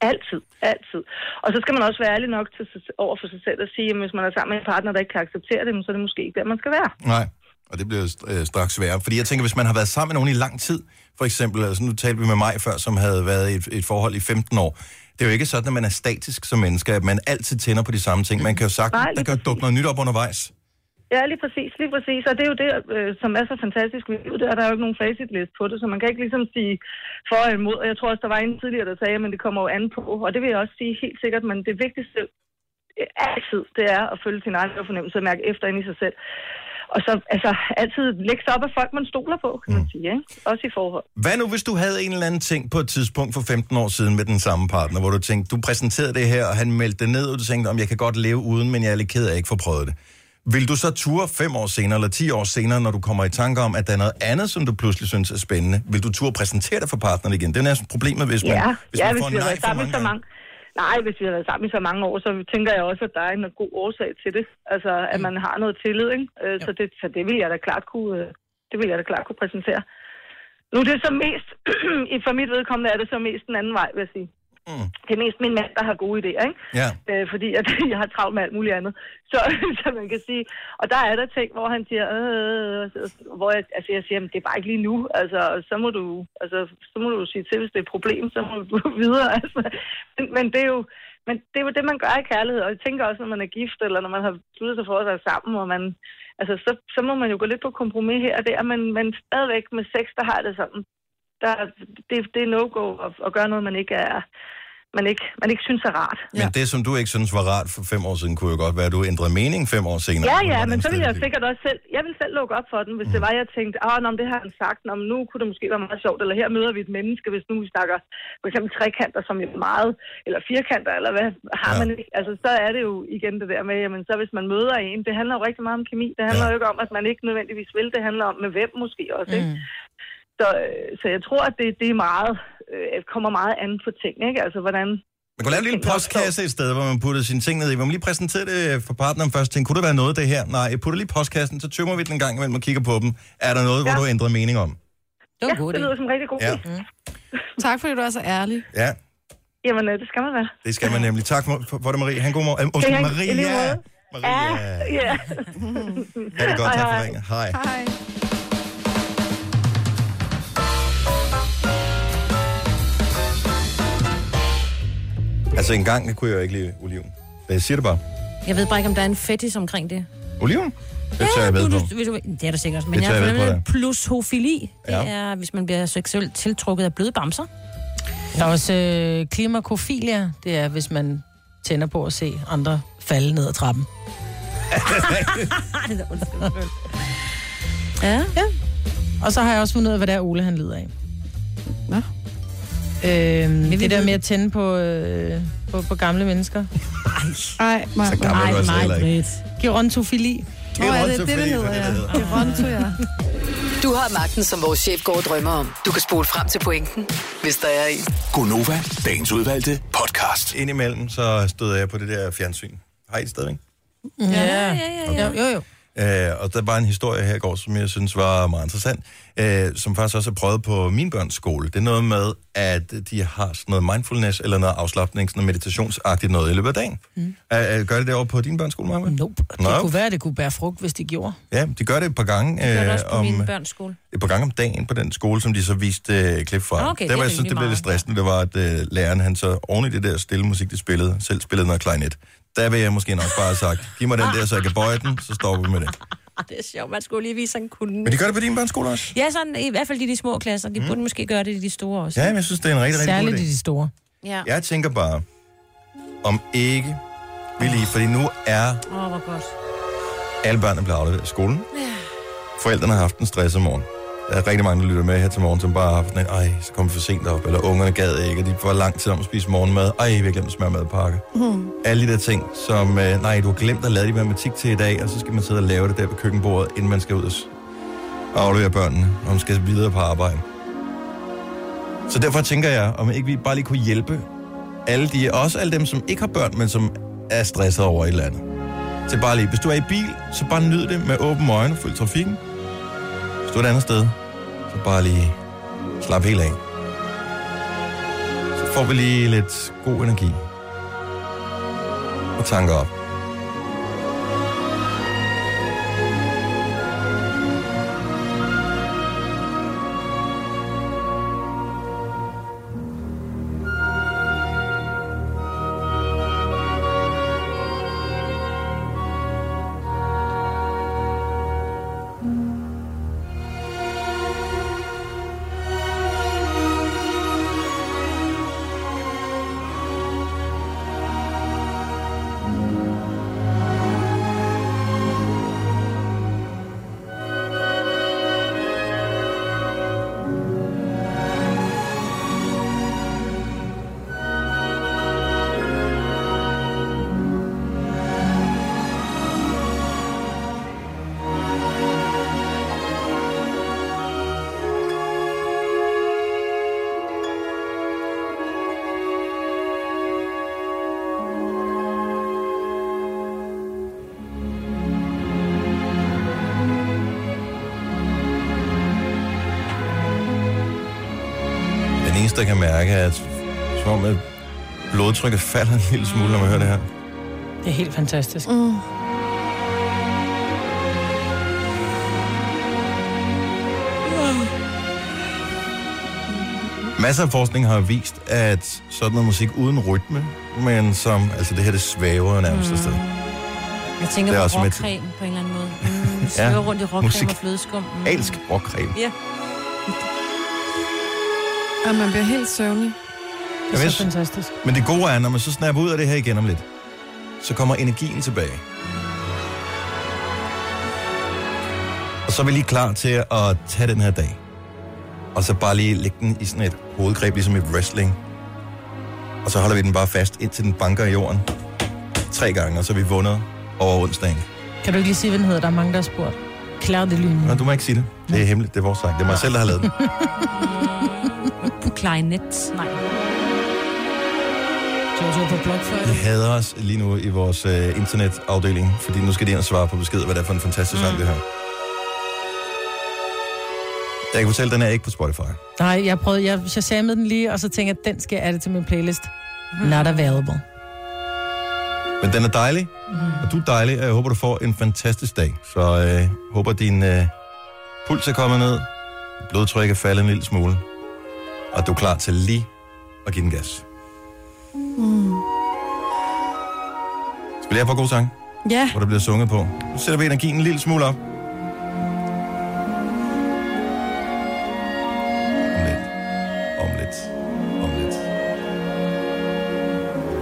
Speaker 9: Altid, altid. Og så skal man også være ærlig nok til, sig- over for sig selv og sige, at hvis man er sammen med en partner, der ikke kan acceptere det, så er det måske ikke der, man skal være.
Speaker 1: Nej. Og det bliver st- øh, straks sværere. Fordi jeg tænker, hvis man har været sammen med nogen i lang tid, for eksempel, altså nu talte vi med mig før, som havde været i et, et forhold i 15 år. Det er jo ikke sådan, at man er statisk som menneske, at man altid tænder på de samme ting. Man kan jo sagtens,
Speaker 16: Nej, lige
Speaker 1: der kan jo dukke noget nyt op undervejs.
Speaker 16: Ja, lige præcis, lige præcis. Og det er jo det, øh, som er så fantastisk ved livet, det er, at der er jo ikke nogen facitlist på det, så man kan ikke ligesom sige for og imod. Og jeg tror også, der var en tidligere, der sagde, men det kommer jo an på, og det vil jeg også sige helt sikkert, men det vigtigste øh, altid, det er at følge sin egen fornemmelse og mærke efter ind i sig selv. Og så altså, altid lægge sig op af folk, man stoler på, kan man sige, ikke? Også i forhold.
Speaker 1: Hvad nu, hvis du havde en eller anden ting på et tidspunkt for 15 år siden med den samme partner, hvor du tænkte, du præsenterede det her, og han meldte det ned, og du tænkte, om jeg kan godt leve uden, men jeg er lidt ked af, at jeg ikke får prøvet det. Vil du så ture 5 år senere eller 10 år senere, når du kommer i tanke om, at der er noget andet, som du pludselig synes er spændende? Vil du ture præsentere det for partneren igen? Det er næsten problemet, hvis man,
Speaker 16: Ja,
Speaker 1: hvis
Speaker 16: ja,
Speaker 1: man
Speaker 16: hvis
Speaker 1: får
Speaker 16: vi har
Speaker 1: nej
Speaker 16: været
Speaker 1: for
Speaker 16: sammen i
Speaker 1: mange
Speaker 16: så
Speaker 1: gange.
Speaker 16: mange. Nej, hvis vi har været sammen i så mange år, så tænker jeg også, at der er en god årsag til det. Altså, at
Speaker 1: Mm.
Speaker 16: man har noget tillid, ikke? Øh, Så det, så det vil jeg da klart kunne, øh, det vil jeg da klart kunne præsentere. Nu er det så mest, i- for mit vedkommende er det så mest den anden vej, vil jeg sige.
Speaker 1: Mm.
Speaker 16: Det er mest min mand, der har gode idéer, ikke?
Speaker 1: Ja.
Speaker 16: øh, fordi at, jeg har travlt med alt muligt andet. Så, så man kan sige, og der er der ting, hvor han siger, øh, hvor jeg, altså jeg siger, "Men det er bare ikke lige nu, altså så må du, altså, så må du sige til, hvis det er et problem, så må du gå videre. Altså. Men, men, det er jo, men det er jo det, man gør i kærlighed, og jeg tænker også, når man er gift, eller når man har besluttet sig for at være sammen, og man, altså, så, så må man jo gå lidt på kompromis her og der, men, men stadigvæk med sex, der har jeg det sådan, der, det, det er no-go at, at gøre noget, man ikke er, man ikke, man ikke synes er rart.
Speaker 1: Men det, som du ikke synes var rart for 5 år siden, kunne jo godt være, at du ændrede mening 5 år senere.
Speaker 16: Ja,
Speaker 1: Hvordan Mm.
Speaker 16: ja, men
Speaker 1: stemmer
Speaker 16: så ville jeg
Speaker 1: det?
Speaker 16: jo sikkert også selv, jeg ville selv lukke op for den, hvis det var, jeg tænkte, åh, nå, men det har han sagt, nå, men nu kunne det måske være meget sjovt, eller her møder vi et menneske, hvis nu vi snakker for eksempel trekanter, som jo er meget, eller firkanter, eller hvad har
Speaker 1: Ja.
Speaker 16: ja. man ikke, altså så er det jo igen det der med, jamen så hvis man møder en, det handler jo rigtig meget om kemi, det handler
Speaker 1: Ja.
Speaker 16: ja. jo ikke om, at man ikke nødvendigvis vil, det handler om med hvem måske også, ikke?
Speaker 9: Mm.
Speaker 16: Så, øh, så jeg tror, at det, det er meget, øh, kommer meget an på ting, ikke? Altså, hvordan...
Speaker 1: Man kunne lave en lille
Speaker 16: Tænker også på.
Speaker 1: postkasse et sted, hvor man puttede sine ting ned i. Hvor man lige præsenterede det øh, for partneren først. Tænkte, kunne der være noget af det her? Nej, jeg putter lige postkassen, så tømmer vi den en gang imellem og kigger på dem. Er der noget, ja. hvor du
Speaker 16: Ja.
Speaker 1: ændrer mening om?
Speaker 4: Det var
Speaker 16: Ja,
Speaker 4: en god
Speaker 16: det
Speaker 4: idé.
Speaker 16: lyder som en rigtig god
Speaker 1: Ja.
Speaker 16: ja.
Speaker 2: Tak fordi du er så ærlig.
Speaker 1: Ja,
Speaker 16: Jamen, øh, det skal man være.
Speaker 1: det skal man nemlig. Tak for for- for det, Marie. Han god morgen. Øh, Undskyld,
Speaker 16: Hej, hej. I
Speaker 1: Maria.
Speaker 16: lige
Speaker 1: Maria.
Speaker 16: måde.
Speaker 1: Ja,
Speaker 16: ja.
Speaker 1: det er godt. Tak
Speaker 16: Hej,
Speaker 1: for
Speaker 16: hej.
Speaker 1: ringen. Hej.
Speaker 2: Hej.
Speaker 1: Altså, en gang kunne jeg jo ikke lide oliven. Jeg siger det bare.
Speaker 4: Jeg ved bare ikke, om der er en fetish omkring det.
Speaker 1: Oliven? Det tager jeg ved
Speaker 4: du,
Speaker 1: på.
Speaker 4: du, hvis du, det er der sikkert, men
Speaker 1: Det
Speaker 4: jeg
Speaker 1: tager
Speaker 4: har
Speaker 1: jeg ved på,
Speaker 4: fornemmet plushofili. Det
Speaker 1: Ja.
Speaker 4: er, hvis man bliver seksuelt tiltrukket af bløde bamser.
Speaker 3: Der er også øh, klimakofilia. Det er, hvis man tænder på at se andre falde ned ad trappen.
Speaker 4: Nej, det er undskyld. Ja.
Speaker 3: Og så har jeg også fundet ud af, hvad det er, Ole han lider af.
Speaker 2: Nå.
Speaker 3: Øhm,
Speaker 4: vi
Speaker 3: det der
Speaker 4: ved-
Speaker 3: med at tænde på, øh, på, på gamle mennesker.
Speaker 2: Ej, Maja.
Speaker 1: Så gammel er du altså heller ikke.
Speaker 4: Britt.
Speaker 3: Gerontofili.
Speaker 2: Nå, er det
Speaker 1: Geronto,
Speaker 2: det, det
Speaker 1: fordi-
Speaker 2: hedder,
Speaker 1: hvad
Speaker 2: ja.
Speaker 1: det hedder.
Speaker 2: Geronto, ja.
Speaker 5: Du har magten, som vores chef går og drømmer om. Du kan spole frem til pointen, hvis der er en.
Speaker 17: Gonova, dagens udvalgte podcast.
Speaker 1: Indimellem så stod jeg på det der fjernsyn. Har I det stadigvæk?
Speaker 3: Ja, ja, ja. Jo, jo, jo.
Speaker 1: Øh, og der var en historie her i går, som jeg synes var meget interessant, øh, som faktisk også er prøvet på min børns skole. Det er noget med, at de har sådan noget mindfulness eller noget afslappning, sådan noget meditationsagtigt noget i løbet af dagen. Mm. Øh, øh, gør det det over på din børns skole, Maja?
Speaker 3: Nope. Det
Speaker 1: Nå.
Speaker 3: kunne være, at det kunne bære frugt, hvis det gjorde.
Speaker 1: Ja, de gør det et par gange,
Speaker 4: Det er
Speaker 1: øh,
Speaker 4: også på
Speaker 1: om,
Speaker 4: min børns skole.
Speaker 1: et par gange om dagen på den skole, som de så viste øh, klip fra.
Speaker 4: Ah, okay,
Speaker 1: der
Speaker 4: det er
Speaker 1: var jeg synes,
Speaker 4: rimelig
Speaker 1: det blev lidt
Speaker 4: meget.
Speaker 1: stressende, det var, at øh, læreren han så oven i det der stille musik, de spillede, selv spillede noget klarinet. Der vil jeg måske nok bare have sagt, giv mig den der, så jeg kan bøje den, så stopper vi med det.
Speaker 4: Ah, det er sjovt, man skulle lige vise, han kunne.
Speaker 1: Men de gør det på din børns skole også?
Speaker 4: Ja, sådan, i hvert fald i de små klasser. De burde måske gøre det i de store også.
Speaker 1: Ja, men jeg synes, det er en rigtig, rigtig god
Speaker 3: Særligt
Speaker 1: idé.
Speaker 3: i de store.
Speaker 4: Ja.
Speaker 1: Jeg tænker bare, om ikke vi lige, fordi nu er
Speaker 4: Åh, oh, hvor godt.
Speaker 1: alle børnene blevet afleveret i skolen. Forældrene har haft en stresset morgen. Der er rigtig mange, der lytter med her til morgen, som bare har haft en, ej, så kom vi for sent op, eller ungerne gad ikke, og de var lang tid om at spise morgenmad. Ej, vi har glemt at smøre madpakke.
Speaker 2: Hmm.
Speaker 1: Mm. Alle de der ting, som, øh, nej, du har glemt at lave din matematik til i dag, og så skal man sidde og lave det der ved køkkenbordet, inden man skal ud og s- og aflevere børnene, og man skal videre på arbejde. Så derfor tænker jeg, om ikke vi bare lige kunne hjælpe alle de, også alle dem, som ikke har børn, men som er stresset over et eller andet til bare lige. Hvis du er i bil, så bare nyd det med åben øjne og følg trafikken. Hvis du er et andet sted, så bare lige slap helt af. Så får vi lige lidt god energi og tanker op. der kan mærke, at som om at blodtrykket falder en lille smule, når man hører det her.
Speaker 3: Det er helt fantastisk. Mm.
Speaker 1: Masser af forskning har vist, at sådan noget musik uden rytme, men som, altså det her, det svæver jo nærmest afsted.
Speaker 4: Mm. Jeg tænker
Speaker 1: Det er
Speaker 4: på
Speaker 1: også med til-
Speaker 4: rockcreme på en eller anden måde. Mm, vi svæver rundt i rockcreme
Speaker 1: musik.
Speaker 4: og flødeskum. Mm.
Speaker 1: Alsk rockcreme.
Speaker 4: Ja.
Speaker 2: Og man bliver helt søvnig.
Speaker 3: Det er
Speaker 1: Jamen,
Speaker 3: så fantastisk.
Speaker 1: Men det gode er, når man så snapper ud af det her igen om lidt, så kommer energien tilbage. Og så er vi lige klar til at tage den her dag. Og så bare lige lægge den i sådan et hovedgreb, ligesom i wrestling. Og så holder vi den bare fast, indtil den banker i jorden. Tre gange, og så er vi vundet over onsdagen.
Speaker 3: Kan du ikke lige sige, hvad den hedder? Der er mange, der har spurgt. Claire de Lune.
Speaker 1: Nå, du må ikke sige det. Det er
Speaker 3: Mm.
Speaker 1: hemmeligt. Det er vores sang. Det er mig selv, der har lavet den.
Speaker 4: På klarinet. Nej.
Speaker 3: Jojo på blokfløjte.
Speaker 1: De hader os lige nu i vores øh, internetafdeling, fordi nu skal de ind og svare på besked, hvad det er for en fantastisk sang, det her. Jeg kan fortælle, at den er ikke på Spotify.
Speaker 3: Nej, jeg prøvede, jeg shazamede den lige, og så tænkte jeg, den skal jeg adde til min playlist. Not available.
Speaker 1: Men den er dejlig, og du er dejlig, og jeg håber, du får en fantastisk dag. Så øh, håber, din øh, puls er kommet ned, blodtryk er faldet en lille smule, og du er klar til lige at give den gas.
Speaker 3: Mm.
Speaker 1: Skal vi lige have på god sang?
Speaker 2: Ja,
Speaker 1: hvor der bliver sunget på. Nu sætter vi energien en lille smule op. Om lidt. Om lidt. Om lidt.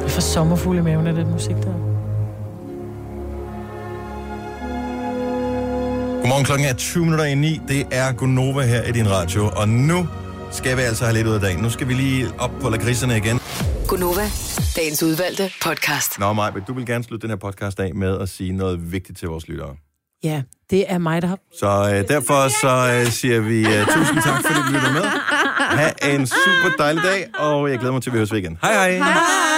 Speaker 3: Jeg får sommerfugle i maven af den musik der.
Speaker 1: Godmorgen klokken er 20 minutter i 9. Det er Gunova her i din radio. Og nu skal vi altså have lidt ud af dagen. Nu skal vi lige op på lakridserne igen.
Speaker 5: Gunova, dagens udvalgte podcast.
Speaker 1: Nå, Maj, du vil gerne slutte den her podcast af med at sige noget vigtigt til vores lyttere.
Speaker 3: Ja, det er mig, der har...
Speaker 1: Så øh, derfor så øh, siger vi øh, tusind tak, fordi du lytter med. Ha' en super dejlig dag, og jeg glæder mig til, at vi høres ved igen. Hej hej! hej.